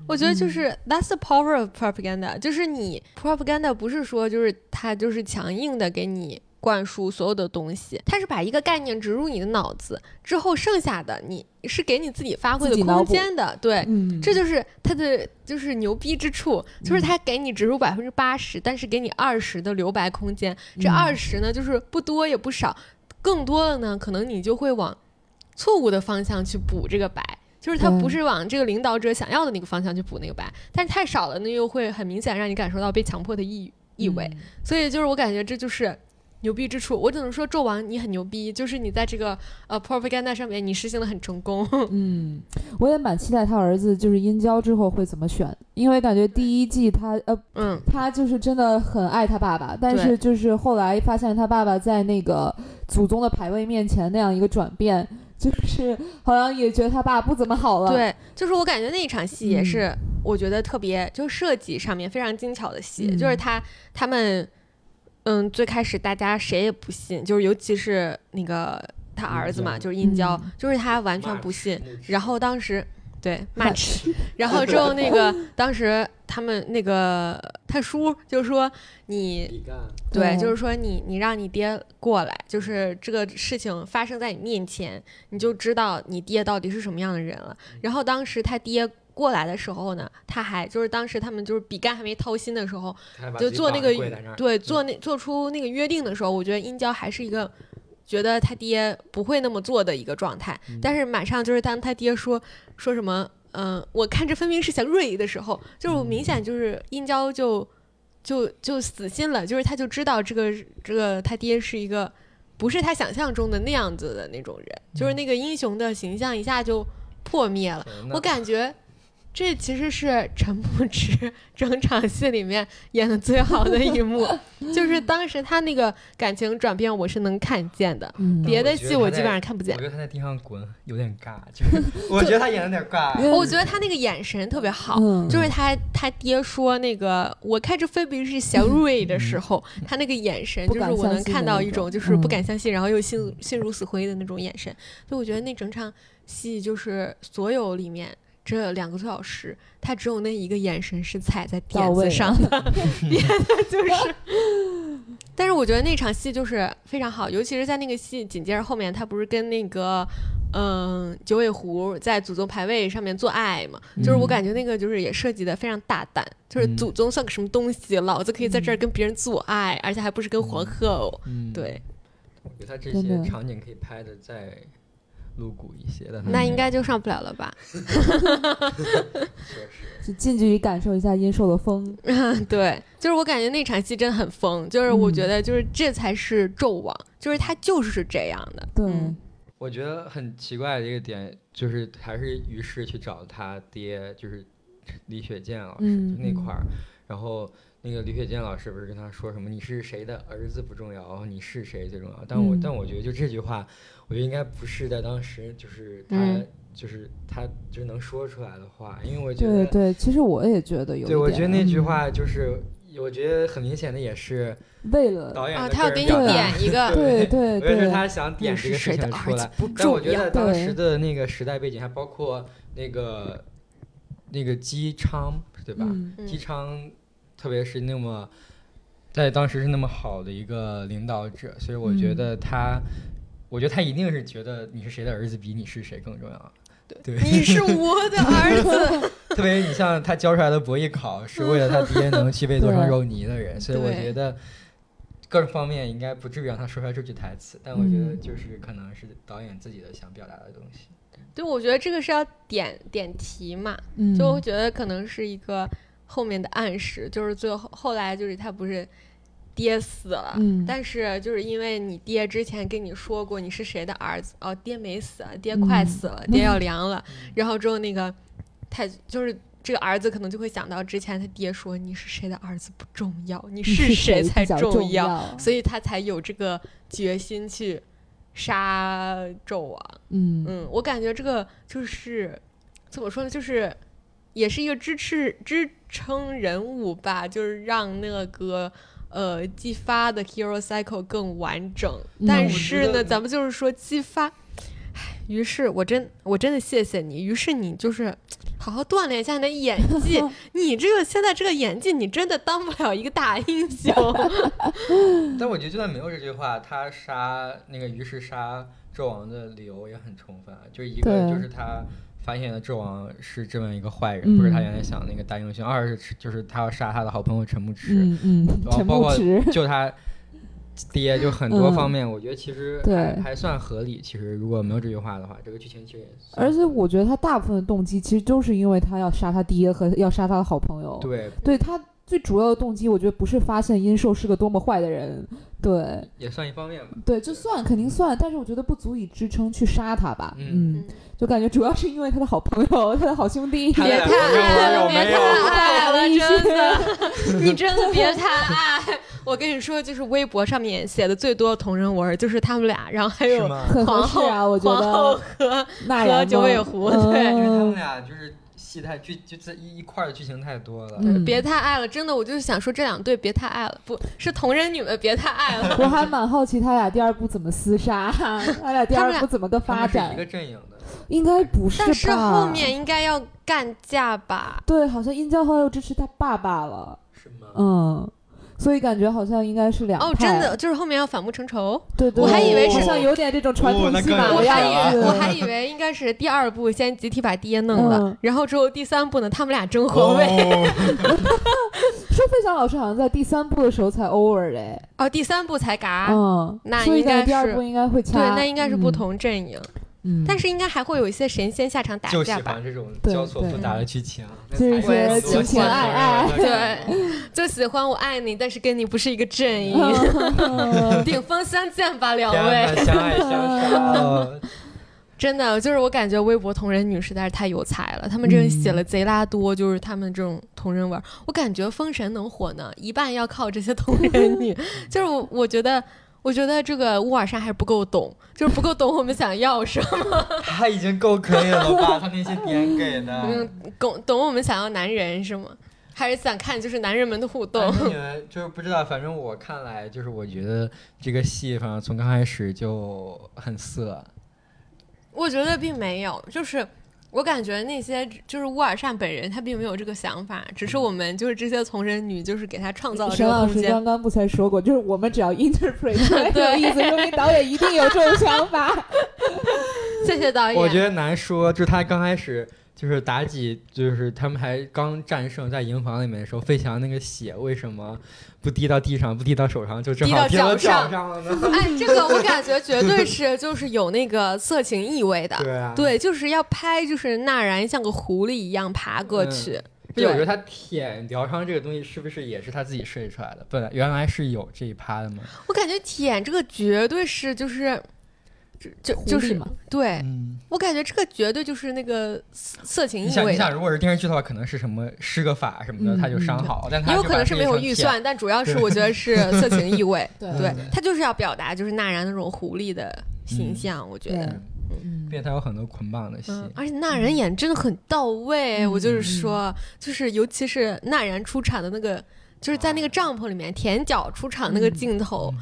A: 我
B: 嗯
A: 觉得就是 that's the power of propaganda，就是你 propaganda 不是说就是它就是强硬的给你灌输所有的东西，它是把一个概念植入你的脑子之后，剩下的你是给你自己发挥
B: 自己
A: 的
B: 脑
A: 空
B: 补
A: 间的，对。
B: 嗯，
A: 这就是它的就是牛逼之处，就是它给你植入百分之八十，但是给你二十的留白空间。这
B: 嗯
A: 二十呢，就是不多也不少，更多了呢，可能你就会往错误的方向去补这个白。就是它
B: 对
A: 不是往这个领导者想要的那个方向去补那个白，但是太少了，那又会很明显让你感受到被强迫的意意味。
B: 嗯
A: 所以就是我感觉这就是牛逼之处。我只能说纣王你很牛逼，就是你在这个呃 propaganda 上面你实行的很成功。
B: 嗯，我也蛮期待他儿子就是殷郊之后会怎么选，因为感觉第一季他呃
A: 嗯，
B: 他就是真的很爱他爸爸，但是就是后来发现他爸爸在那个祖宗的牌位面前那样一个转变，就是好像也觉得他爸不怎么好了。，
A: 对，就是我感觉那一场戏也
B: 嗯
A: 是，我觉得特别就设计上面非常精巧的戏，就是
B: 嗯
A: 他他们，嗯，最开始大家谁也不信，就是尤其是那个他儿子嘛，
C: 殷郊
A: 就是殷郊
B: 嗯，
A: 就是他完全
C: 骂
A: 不信，
C: 牧师
A: 然后当时对骂
B: 骂
A: 吃，然后之后那个当时他们那个 他叔就说你
C: 比干
A: 对，
B: 对
A: 就是说你你让你爹过来，就是这个事情发生在你面前，你就知道你爹到底是什么样的人了。然后当时他爹过来的时候呢，他还就是当时他们就是比干还没掏心的时候，
C: 他还把
A: 就
C: 自己
A: 做那
C: 绑
A: 个
C: 跪在那儿
A: 对做那做出那个约定的时候，我觉得殷郊还是一个。觉得他爹不会那么做的一个状态，
C: 嗯
A: 但是马上就是当他爹说说什么，嗯、我看这分明是想锐意的时候，就是我明显
C: 嗯
A: 就是殷郊就就就死心了，就是他就知道这个这个他爹是一个不是他想象中的那样子
C: 嗯
A: 的那种人，就是那个英雄的形象一下就破灭了。
C: 对
A: 我
C: 那
A: 感觉这其实是陈不知 整场戏里面演的最好的一幕，就是当时他那个感情转变，我是能看见的。
B: 嗯，
A: 别的戏
C: 我
A: 我
C: 觉
A: 基
C: 得他在
A: 本上看不见
C: 我觉。得他在地上滚有点尬，就是 我觉得他演的有点尬。
A: 哦我觉得他那个眼神特别好，
B: 嗯
A: 就是他他爹说那个我开着菲比是小蕊的时候，他那个眼神
B: 嗯不
A: 就是
B: 敢
A: 我
B: 相
A: 能
B: 信
A: 看
B: 的
A: 到
B: 那
A: 一种
B: 种
A: 就是不
B: 嗯
A: 敢相信，然后又心心如死灰的那种眼神。所以我觉得那整场戏就是所有里面这两个多小时，他只有那一个眼神是踩在
B: 到
A: 点子
B: 位了
A: 上 的，别的就是。但是我觉得那场戏就是非常好，尤其是在那个戏紧接着后面，他不是跟那个嗯九尾狐在祖宗牌位上面做爱嘛？就是我
C: 嗯
A: 感觉那个就是也设计的非常大胆，就是
C: 嗯
A: 祖宗算个什么东西，老子可以在这儿跟别人做爱，而且还不是跟黄鹤哦。
C: 嗯，
A: 对，
C: 我觉得他这
B: 真
C: 些
B: 的
C: 场景可以拍的再露骨一些的，但他
A: 那
C: 没
A: 应
C: 有
A: 该就上不了了吧？
C: 确实。
B: 就近距离感受一下阴兽的风，
A: 对，就是我感觉那场戏真的很疯，就是我觉得就是这才是纣王，就是他就是这样的。
B: 对，
A: 嗯
C: 我觉得很奇怪的一个点就是，还是于是去找他爹，就是 李雪健老师、
B: 嗯
C: 就那块儿，然后那个李雪健老师不是跟他说什么“你是谁的儿子不重要，你是谁最重要”，但我、
B: 嗯
C: 但我觉得就这句话，我觉得应该不是在当时就是他、
A: 嗯
C: 就是他就是能说出来的话，因为我觉
B: 对
C: 得
B: 对，其实我也觉得有一点，
C: 对我觉得那句
B: 嗯
C: 话就是。我觉得很明显的也是
B: 为了，
C: 导演
A: 啊，
C: 的
A: 他要
C: 个
A: 给
C: 人
A: 你
C: 表达
A: 点一个，
B: 对对
C: 我觉得
B: 对，
C: 是他想点
A: 你
C: 这个
A: 是
C: 事
A: 谁的
C: 情出
A: 儿
C: 来
A: 子，不
C: 但我
A: 重
C: 觉
A: 要
C: 得。当
B: 对
C: 时的那个时代背景，还包括那个那个姬昌，对吧？
B: 嗯
A: 嗯
C: 姬昌，特别是那么在当时是那么好的一个领导者，所以我觉
B: 嗯
C: 得他，我觉得他一定是觉得你是谁的儿子比你是谁更重要。对，
A: 你是我 的儿子，
C: 特别你像他教出来的博弈考，是为了他爹能去背多上肉泥的人，所以我
A: 对
C: 觉得各方面应该不至于让他说出来这句台词，但我觉得就是可能是导演自己的想表达的东西。
A: 对，我觉得这个是要点点题嘛，
B: 嗯，
A: 就我觉得可能是一个后面的暗示，就是最后后来就是他不是爹死了，
B: 嗯
A: 但是就是因为你爹之前跟你说过你是谁的儿子，哦，爹没死啊，爹
B: 嗯
A: 快死了，爹要凉了， 然后之后那个他就是。这个儿子可能就会想到之前他爹说你是谁的儿子不重要，你
B: 你是
A: 谁
B: 比
A: 才
B: 较
A: 重
B: 重
A: 要，，所以他才有这个决心去杀纣王。
B: 嗯
A: 嗯，我感觉这个就是怎么说呢，就是也是一个支持支撑人物吧，就是让那个呃姬发的 hero cycle 更完整。
B: 嗯
A: 但
B: 我
A: 是
C: 觉
A: 呢，
C: 得
A: 咱们就是说姬发，唉于是我真我真的谢谢你，于是你就是好好锻炼一下你的演技，你这个现在这个演技，你真的当不了一个大英雄。
C: 但我觉得就算没有这句话，他杀那个于是杀纣王的理由也很充分啊，就是一个
B: 对
C: 就是他。发现了纣王是这么一个坏人，不是他
B: 嗯
C: 原来想的那个大英雄。二是就是他要杀他的好朋友陈牧驰，
B: 嗯嗯，
C: 然后
B: 陈
C: 包
B: 牧
C: 括
B: 驰，
C: 就他爹，就很多
B: 嗯
C: 方面，我觉得其实
B: 对
C: 还还算合理。其实如果没有这句话的话，这个剧情其实也算
B: 而且我觉得他大部分的动机其实都是因为他要杀他爹和要杀他的好朋友，
C: 对，
B: 对他最主要的动机，我觉得不是发现殷寿是个多么坏的人，对
C: 也算一方面吧。
B: 对，就算肯定算，但是我觉得不足以支撑去杀他吧，
C: 嗯
B: 嗯，就感觉主要是因为他的好朋友，他的好兄弟，
C: 他
A: 别
C: 俩
A: 太
C: 朋友
A: 爱了，
C: 有
A: 别
C: 没有
A: 太爱了，
B: 一些
A: 真的，你真的别太爱。我跟你说，就是微博上面写的最多的同人文，就是他们俩，然后还
C: 是
A: 有
C: 吗？
B: 很
A: 皇
B: 合适
A: 后
B: 啊，我觉
A: 皇后
B: 得
A: 和
B: 那嗯
A: 和
B: 也
A: 九尾狐
C: 因为他们
B: 对，
C: 俩就是戏太剧，就这一一块儿剧情太多了。
B: 嗯
A: 别太爱了。真的，我就是想说这两对别太爱了，不是同人女们别太爱了。
B: 我还蛮好奇他俩第二部怎么厮杀， 他俩第
A: 他
B: 二
A: 们俩
B: 部怎么个发
C: 他们是一个
B: 展？
C: 阵营的，
B: 应该不是吧？
A: 但是后面应该要干架吧？
B: 对，好像殷郊后来又支持他爸爸了，
C: 是吗？
B: 嗯，所以感觉好像应该是两
A: 哦，
B: 派
A: 真的，就是后面要反目成仇。
B: 对对，
A: 我还以为是
B: 好像有点这种传统戏
C: 哦那
B: 码
C: 更
A: 我
B: 的
C: 有
B: 样
A: 还
C: 意思
A: 以
B: 子。
A: 为我还以为应该是第二部先集体把爹弄了
B: 嗯，
A: 然后之后第三部呢，他们俩争皇位。
C: 哦
B: 说费翔老师好像在第三部的时候才 over 哎，
A: 哦，第三部才嘎。
B: 嗯，
A: 啊那
B: 所以
A: 应该
B: 感觉第
A: 是
B: 二部应该会掐，
A: 对，那应该是不同阵营，
B: 嗯，嗯
A: 但是应该还会有一些神仙下场打
C: 就喜
A: 架吧
C: 欢？这种
B: 对
C: 交错复
B: 对
C: 杂的剧情，啊
B: 就是
A: 一些情情
B: 爱爱
A: 对，就喜欢我爱你，但是跟你不是一个阵营，
B: 嗯
A: 顶峰相见吧，两
C: 天
A: 位。
C: 呐，相爱相杀哦，
A: 真的就是我感觉微博同人女实在是太有才了，他们真
B: 嗯
A: 的写了贼拉多，就是他们这种同人文儿。我感觉《封神》能火呢，一半要靠这些同人 女。就是我，我觉得，我觉得这个乌尔善还是不够懂，就是不够懂我们想要 什么，
E: 他已经够可以了吧？他那些点给的
C: 哎
A: 嗯，懂懂我们想要男人是吗？还是想看就是男人们的互动
E: 反？正你们就是不知道，反正我看来就是我觉得这个戏，反正从刚开始就很色。
A: 我觉得并没有，就是我感觉那些就是乌尔善本人他并没有这个想法，只
C: 嗯
A: 是我们就是这些同人女就是给他创造了这
B: 沈
A: 个
B: 老
A: 空
B: 师
A: 间。
B: 刚刚不才说过，就是我们只 要 interpret
A: 对
B: 有意思，说明导演一定有这种想法。
A: 谢谢导演。
C: 我觉得难说，就是他刚开始就是妲己，就是他们还刚战胜在营房里面的时候，费翔那个血为什么不滴到地上，不滴到手上，就正好
A: 滴
C: 滴
A: 到
C: 到
A: 脚上
C: 脚上了呢？
A: 哎，这个我感觉绝对是就是有那个色情意味的。
C: 对啊，
A: 对，就是要拍，就是纳然像个狐狸一样爬
C: 嗯
A: 过去。
C: 就有时候他舔疗伤这个东西是不是也是他自己设计出来的？本来原来是有这一趴的嘛。
A: 我感觉舔这个绝对是就是，就 就
B: 狐
A: 是
B: 狸嘛
A: 对、
C: 嗯，
A: 我感觉这个绝对就是那个色色情
C: 你
A: 意
C: 想，你
A: 味
C: 想，
A: 的。
C: 如果是电视剧的话，可能是什么施个法什么的，
B: 嗯
C: 他就伤好，但他
A: 也有
C: 就
A: 可
C: 把
A: 能是
C: 这
A: 没
C: 个
A: 有
C: 成
A: 预
C: 舔
A: 算，但主要是我觉得是色情意味。
B: 对
C: 嗯
A: 对，他就是要表达就是纳然那种狐狸的形象，我觉
B: 对
A: 得。
B: 嗯
C: 并且他有很多捆绑的戏。
A: 嗯，而且纳然演真的很到位，
B: 嗯
A: 我就是说，就是尤其是纳然出场的那个，就是在那个帐篷里面舔脚出场那个镜头，
C: 嗯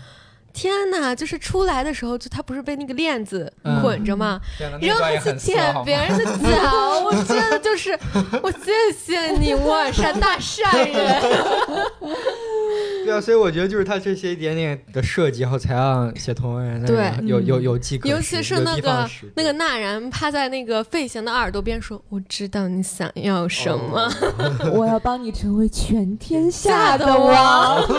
A: 天哪！就是出来的时候，就他不是被那个链子
C: 嗯
A: 捆着吗？
C: 天哪那
A: 然后
C: 段
A: 还
C: 也
A: 去
C: 很色
A: 舔
C: 好吗
A: 别人的脚，我真的就是，我谢谢 你，我尔善大善人。
C: 对啊，所以我觉得就是他这些一点点的设计后，才让写同人的
A: 对
C: 人有有有迹可
A: 尤其
C: 是
A: 是那个那个纳然趴在那个费翔的耳朵边说：“我知道你想要什么。
C: 哦
B: 我要帮你成为全天
A: 下
B: 下
A: 的
B: 的王。
A: 王。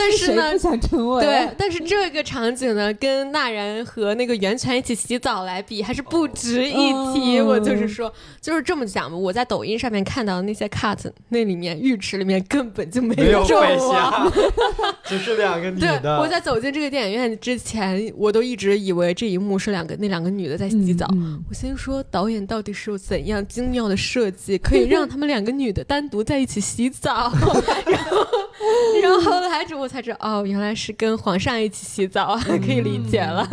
A: 但是呢
B: 谁不，想成为？
A: 对，但是这个场景呢，跟纳然和那个袁泉一起洗澡来比，还是不值一提。
B: 哦
A: 我就是说，就是这么讲吧。我在抖音上面看到的那些 cut，那里面浴池里面根本就没
C: 没有
A: 这种
C: 费
A: 王。
C: 翔， 只是两个女
A: 对，
C: 的。
A: 我在走进这个电影院之前，我都一直以为这一幕是两个那两个女的在
B: 嗯
A: 洗澡。
B: 嗯
A: 我心说，导演到底是有怎样精妙的设计，可以让他们两个女的单独在一起洗澡？然后，然后后来我才知道，哦，原来是跟皇上一起洗澡，啊 可以理解了。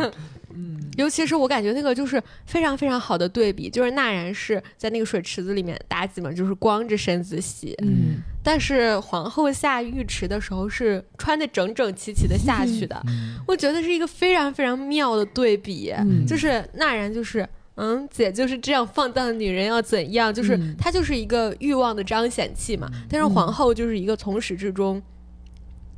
B: 嗯
A: 尤其是我感觉那个就是非常非常好的对比，就是纳然是在那个水池子里面妲己嘛，就是光着身子洗，
B: 嗯
A: 但是皇后下浴池的时候是穿的整整齐齐的下去 的，
C: 嗯
A: 我觉得是一个非常非常妙的对比。
B: 嗯
A: 就是纳然就是。嗯，姐就是这样放荡的女人要怎样？就是、
B: 嗯
A: 她就是一个欲望的彰显器嘛。但是皇后就是一个从始至终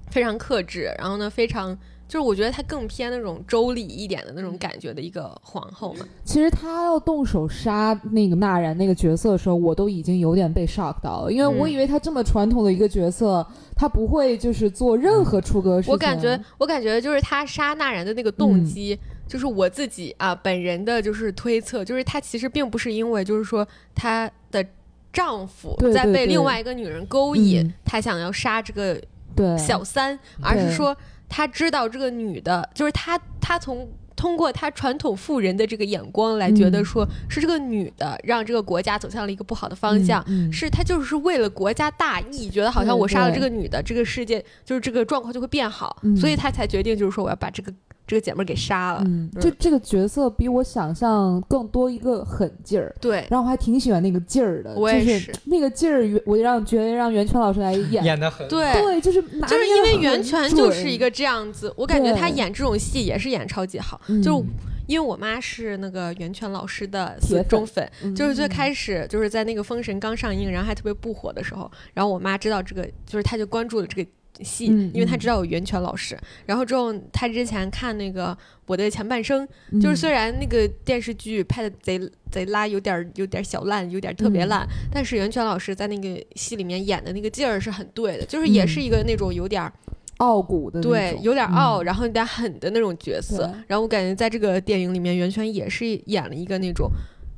A: 非常克制，然后呢，非常就是我觉得她更偏那种周礼一点的那种感觉的一个皇后嘛。
B: 其实他要动手杀那个纳然那个角色的时候，我都已经有点被 shock 到了，因为我
A: 嗯
B: 以为他这么传统的一个角色，他不会就是做任何出格事情。
A: 我感觉，我感觉就是她杀纳然的那个
B: 嗯
A: 动机，就是我自己啊本人的就是推测，就是她其实并不是因为就是说她的丈夫
B: 对
A: 在
B: 对
A: 被
B: 对
A: 另外一个女人勾引
B: 嗯，
A: 她想要杀这个
B: 对，
A: 小三，而是说他知道这个女的，就是他，他从通过他传统妇人的这个眼光来觉得
B: 嗯
A: 说，是这个女的让这个国家走向了一个不好的方向。
B: 嗯，嗯
A: 是他就是为了国家大义，觉得好像
B: 对
A: 我杀了
B: 对
A: 这个女的，这个世界就是这个状况就会变好，
B: 嗯
A: 所以他才决定就是说我要把这个这个姐妹儿给杀了。
B: 嗯，就这个角色比我想象更多一个狠劲儿。
A: 对，
B: 然后我还挺喜欢那个劲儿的，
A: 我也
B: 就是那个劲儿，我让觉得让袁泉老师来演，
C: 演的很
A: 对，
B: 对，就是拿
A: 就是
B: 捏
A: 因
B: 得
A: 为
B: 很
A: 袁泉就是
B: 准
A: 一个这样子，我感觉
B: 对
A: 他演这种戏也是演超级好，
B: 嗯
A: 就是因为我妈是那个袁泉老师的
B: 铁
A: 死
B: 粉
A: 忠粉，
B: 嗯
A: 就是最开始就是在那个《封神》刚上映，然后还特别不火的时候，然后我妈知道这个，就是她就关注了这个。戏
B: 嗯，
A: 因为她知道有袁泉老师，然后之后她之前看那个《我的前半生》，
B: 嗯
A: 就是虽然那个电视剧拍的贼贼拉，有点儿有点儿小烂，有点儿特
B: 嗯
A: 别烂，但是袁泉老师在那个戏里面演的那个劲儿是很对的，就是
B: 嗯
A: 也是一个那种有点儿
B: 傲骨的那
A: 对
B: 种，
A: 有点儿傲，
B: 嗯
A: 然后有点儿狠的那种角色
B: 对。
A: 然后我感觉在这个电影里面，袁泉也是演了一个那种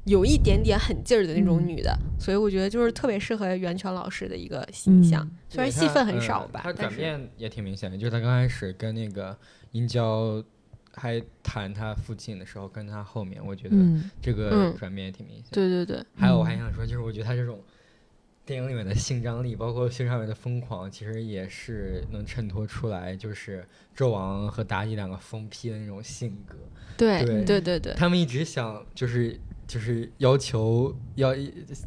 A: 有一点点狠劲儿的那种
B: 嗯
A: 女的，所以我觉得就是特别适合袁泉老师的一个形象，
B: 嗯
A: 虽然戏份很少吧
C: 他，
A: 但
C: 转
A: 是
C: 变也挺明显的，就是他刚开始跟那个殷郊还谈他父亲的时候，跟他后面，我觉得
B: 嗯，
C: 这个
A: 嗯
C: 转变也挺明显。
A: 对对对，
C: 还有我还想说，就是我觉得他这种电影里面的性张力，包括性上面的疯狂，其实也是能衬托出来，就是纣王和妲己两个疯批的那种性格。
A: 对
C: 对
A: 对对对，
C: 他们一直想就是就是要求要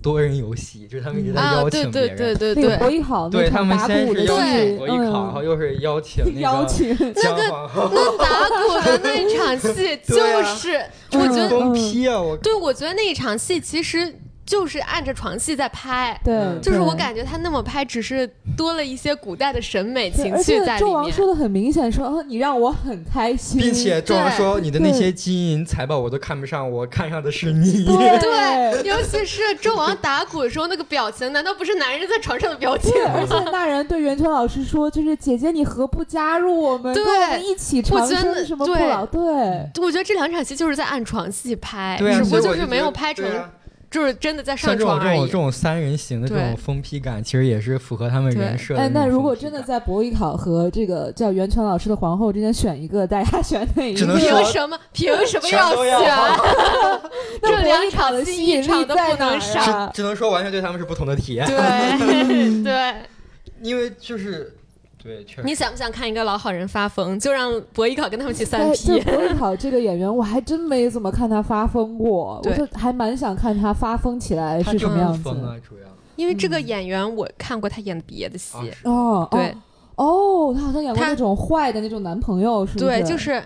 C: 多人游戏，就是他们一直在
A: 啊，
C: 邀
A: 对
C: 请
A: 对
C: 别人。
A: 对 对
B: 那个博
A: 对，
B: 弈好，
C: 对
B: 那
C: 他
B: 场
C: 们
B: 打
C: 先
B: 鼓
C: 是
B: 的
C: 邀
A: 对嗯
C: 请
B: 戏，
C: 博弈考，然后又是邀请
B: 嗯
C: 那
B: 邀
C: 个
B: 请，
C: 姜皇后，
A: 那打鼓的那场戏
C: 对
A: 就
C: 啊
A: 是，我觉得，嗯
C: 疯批啊！我
A: 对我觉得那一场戏其实就是按着床戏在拍。
B: 对，
C: 嗯
A: 就是我
B: 对
A: 感觉他那么拍，只是多了一些古代的审美
B: 对
A: 情
B: 而
A: 趣
B: 且
A: 在里
B: 纣王
A: 面。
B: 说的很明显，说啊，你让我很开心，
C: 并且纣王
A: 对
C: 说：“你的那
B: 对
C: 些金银财宝我都看不上，我看上的是你。
B: 对
A: 对，尤其是纣王打鼓的时候那个表情，难道不是男人在床上的表情
B: 对，
A: 吗？
B: 而且那人对袁泉老师说，就是姐姐，你何不加入我们，
A: 对
B: 跟我们一起长
A: 我觉
B: 生
A: 得
B: 什么不
A: 对
B: 老？对，
A: 我觉得这两场戏就是在按床戏拍，
C: 对啊，
A: 只不
C: 所
A: 过
C: 以我
A: 是
C: 觉
A: 没有
C: 得
A: 拍成，
C: 对啊
A: 就是真的在上
C: 像这种
A: 床
C: 这
A: 而
C: 种
A: 已
C: 这。种三人行的这
A: 对
C: 种疯批感，其实也是符合他们人
A: 对
C: 设的
B: 哎，
C: 那
B: 那
C: 种
B: 如果
C: 疯批
B: 真的
C: 感
B: 在博弈考和这个叫袁泉老师的皇后之间选一个，大家选哪一
C: 只能
B: 个？
C: 说
A: 凭什么？凭什么
C: 全都
A: 选
C: 要？
B: 那
A: 这
B: 博
A: 两
B: 弈考
A: 场
B: 的
A: 戏
B: 吸
A: 一
B: 引
A: 场
B: 力
A: 都
B: 在
A: 不能
B: 哪
A: 少
B: 儿啊？
C: 只能说完全对他们是不同的体 验，
A: 对 对，
C: 因为就是对，确实
A: 你想不想看一个老好人发疯？就让博弈考跟他们去
B: 哎
A: 三，
B: 这
A: P。
B: 博弈考这个演员，我还真没怎么看他发疯过，我
A: 对
B: 就还蛮想看他发疯起来
C: 他
B: 是
C: 就
B: 什么
C: 是
B: 样子。
C: 疯啊，主要
A: 因为这个演员我看过他演别的戏，
C: 啊是
B: 哦，
A: 对
B: 哦，哦，他好像演过
A: 他
B: 那种坏的那种男朋友，是不
A: 对，就是。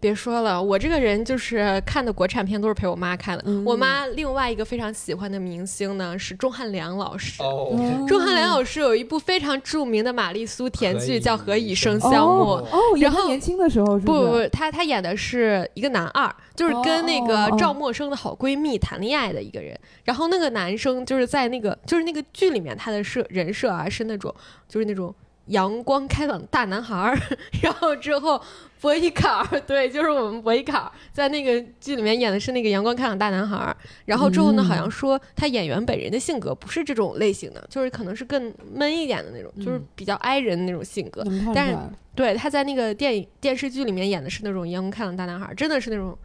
A: 别说了，我这个人就是看的国产片都是陪我妈看的。
B: 嗯
A: 我妈另外一个非常喜欢的明星呢是钟汉良老师。
C: 哦，
A: 钟汉良老师有一部非常著名的玛丽苏甜剧叫《何以笙箫默》。
B: 哦哦，也
A: 然
B: 是
A: 后
B: 年轻的时候是
A: 不
B: 是
A: 不不，他他演的是一个男二，就是跟那
B: 哦
A: 个
B: 哦哦
A: 赵默笙的好闺蜜谈恋爱的一个人。然后那个男生就是在那个就是那个剧里面他的设人设啊是那种就是那种阳光开朗的大男孩儿。 然后之后博一考，对，就是我们博一考在那个剧里面演的是那个阳光开朗大男孩儿。然后之后呢，
B: 嗯
A: 好像说他演员本人的性格不是这种类型的，就是可能是更闷一点的那种，就是
B: 嗯
A: 比较 i 人的那种性格。
B: 能看
A: 但是
B: 出来
A: 对，他在那个电影电视剧里面演的是那种阳光开朗大男孩儿，真的是那种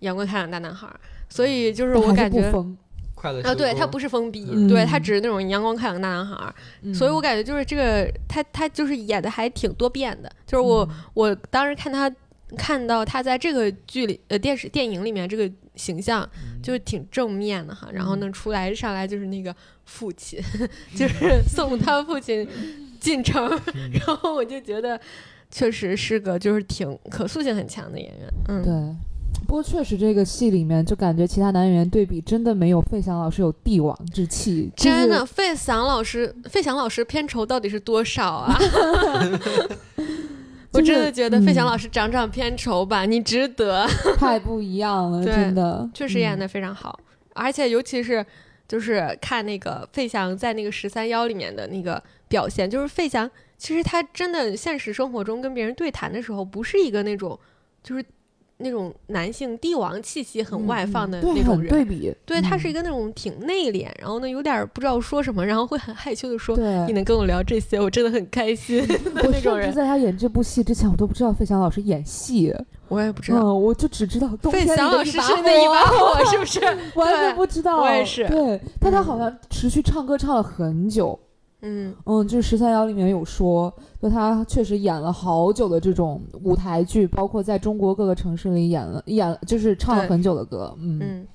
A: 阳光开朗大男孩儿。所以就是
B: 但
A: 我
B: 还
A: 感
B: 不
A: 觉
B: 疯，
C: 快乐
A: 啊，对
C: 修
A: 他
C: 工
A: 不是封闭，
B: 嗯
A: 对他只是那种阳光开朗大男孩儿。
B: 嗯
A: 所以我感觉就是这个他他就是演的还挺多变的。就是我、
B: 嗯
A: 我当时看他看到他在这个剧里呃电视电影里面这个形象
C: 嗯
A: 就是挺正面的哈，然
B: 嗯
A: 后呢出来上来就是那个父亲，
B: 嗯
A: 就是送他父亲进城， 然后我就觉得确实是个就是挺可塑性很强的演员，嗯，
B: 对。不过确实，这个戏里面就感觉其他男演员对比真的没有费翔老师有帝王之气，就是
A: 真的，费翔老师，费翔老师片酬到底是多少 啊？ 我真的觉得费翔
B: 嗯
A: 老师涨涨片酬吧，你值得，
B: 太不一样 了，
A: 对
B: 真的。嗯
A: 确实演的非常好，而且尤其是就是看那个费翔在那个十三幺里面的那个表现，就是费翔其实他真的现实生活中跟别人对谈的时候，不是一个那种就是那种男性帝王气息很外放的
B: 嗯对
A: 那种
B: 很
A: 人，
B: 对嗯比，
A: 对他是一
B: 个
A: 个那种挺内敛，然后呢有点儿不知道说什么，然后会很害羞的说。你
B: 嗯对。嗯
A: 能跟我聊这些，我真的很开心的
B: 我
A: 那种
B: 甚至
A: 人。
B: 在他演这部戏之前，我都不知道费翔老师演戏，
A: 我也不知道，
B: 嗯，我就只知道冬
A: 啊费
B: 天里
A: 翔
B: 的
A: 老
B: 一
A: 师
B: 把
A: 是那一
B: 火
A: 把火，是不是？
B: 完
A: 对
B: 全不知道，
A: 我也是
B: 对，但他好像持续唱歌唱了很久，
A: 嗯，
B: 嗯，就是《十三幺》里面有说，就他确实演了好久的这种舞台剧，包括在中国各个城市里演了演了，就是唱了
A: 对
B: 很久的歌，嗯，哦
A: 嗯，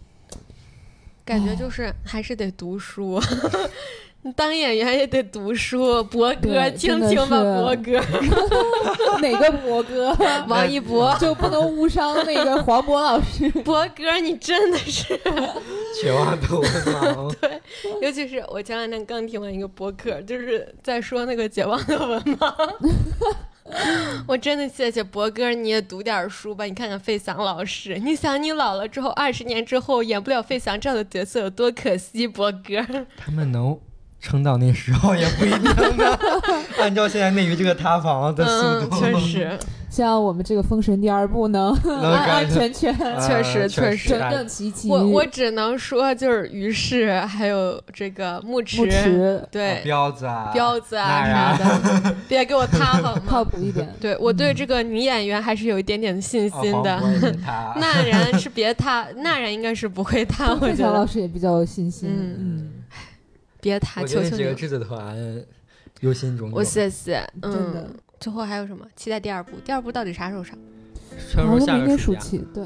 A: 感觉就是还是得读书， 你当演员也得读书。博哥，
B: 对
A: 听
B: 真的
A: 听吧，
B: 是
A: 博哥，
B: 哪个博哥
A: 嗯王一博，
B: 就不能误伤那个黄渤老师？
A: 博哥，你真的是，
C: 绝望的文 盲，
A: 尤其是我前两天刚听完一个博客，就是在说那个解放的文盲。 我真的谢谢博哥，你也读点书吧。你看看费翔老师，你想你老了之后，二十年之后演不了费翔这样的角色有多可惜，博哥。
C: 他们能撑到那时候也不一定啊。按照现在内娱这个塌房的速
A: 嗯，
C: 度，
A: 确实，
B: 像我们这个《封神》第二部呢，安安全 全、
A: 确实
E: 呃
A: 确实
B: 整
E: 实
C: 啊
E: 大
B: 整齐齐。
A: 我我只能说，就是于适，还有这个牧
B: 牧驰
A: 对、
E: 哦彪子啊，
A: 彪子啊
E: 那呀
A: 啥 的，别给我塌房
B: 靠
A: 嘛。
B: 谱一点。
A: 对我对这个女演员还是有一点点信
E: 啊
A: 心的。
E: 黄渤也啊他
A: 那然是别塌，那然应该是不会 塌， 我
B: 费
A: 觉
B: 翔老
A: 得
B: 师也比较有信心。
A: 嗯
B: 嗯，
A: 别塌，
E: 我觉
A: 求
E: 得
A: 求
E: 这
A: 你
E: 个
A: 了。
E: 制作团忧心忡忡。
A: 我谢谢，
B: 真的
A: 嗯。最后还有什么？期待第二部，第二部到底啥时候上？
C: 传
B: 我
C: 说
B: 们
C: 下
B: 明
C: 个
B: 年暑
C: 暑假，
B: 期，对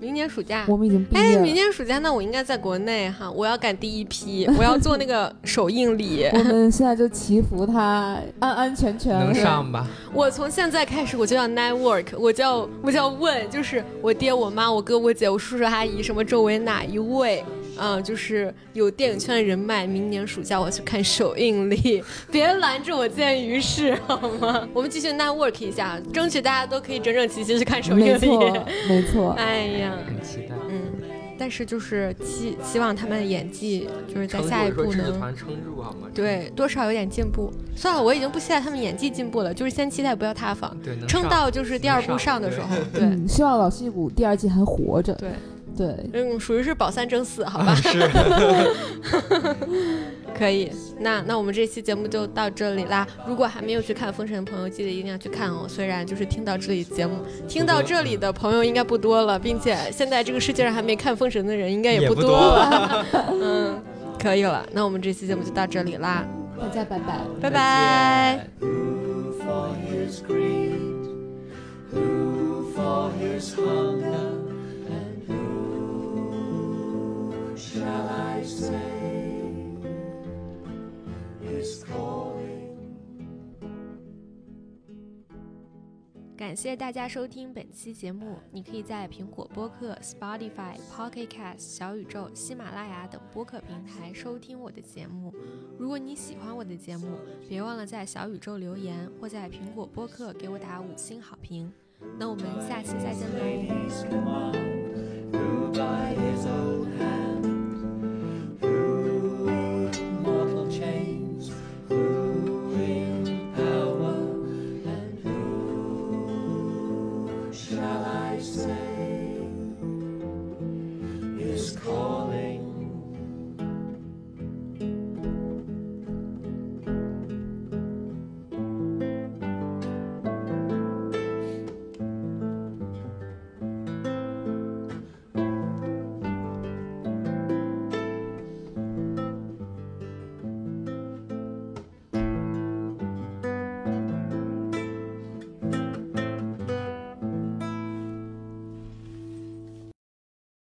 A: 明年暑假。
B: 我们已经毕
A: 啊哎，明
B: 业了。
A: 年暑假那我应该在国内哈，我要赶第一批，我要做那个首映礼。
B: 我们现在就祈福他安安全全
E: 能上吧？
A: 我从现在开始我就要 network，我就要我就要问，就是我爹、我妈、我哥、我姐、我叔叔阿姨，什么周围哪一位，嗯，就是有电影圈的人脉，明年暑假我要去看首映礼， 别拦着我见于适好吗？我们继续 network 一下，争取大家都可以整整齐齐去看首
B: 没
A: 映
B: 错
A: 礼。
B: 没错。
A: 哎呀，
C: 很期待。
A: 嗯，但是就是期期望他们的演技就是在
E: 撑
A: 下
E: 住，
A: 一
E: 我说
A: 步
E: 制作
A: 能。
E: 团撑住好吗？
A: 对，多少有点进步。算了，我已经不期待他们演技进步了，就是先期待不要塌房。
E: 对，能
A: 撑
E: 上
A: 到就是第二部
E: 能
A: 上
E: 上
A: 的时 候，对
B: 嗯，希望老戏骨第二季还活着。
A: 对，
B: 对，
A: 嗯，属于是保三争四，好 吧？是，
E: 嗯
A: 可以。那那我们这期节目就到这里啦。如果还没有去看《封神》的朋友，记得一定要去看哦。虽然就是听到这里节目，听到这里的朋友应该不多了，并且现在这个世界上还没看《封神》的人应该
E: 也
A: 不
E: 不
A: 多
E: 多
A: 了。 嗯，可以了。那我们这期节目就到这里啦，
B: 大家拜拜。
A: 拜拜。
D: Who for his greed? Who for his hunger? And who shall I say is calling?
A: 感谢大家收听本期节目。你可以在苹果播客、Spotify、Pocket Cast、小宇宙、喜马拉雅等播客平台收听我的节目。如果你喜欢我的节目，别忘了在小宇宙留言或在苹果播客给我打五星好评。那我们下期再见喽！
D: Ladies command, who by his own hand, who in mortal chains, who in power, and who shall I say?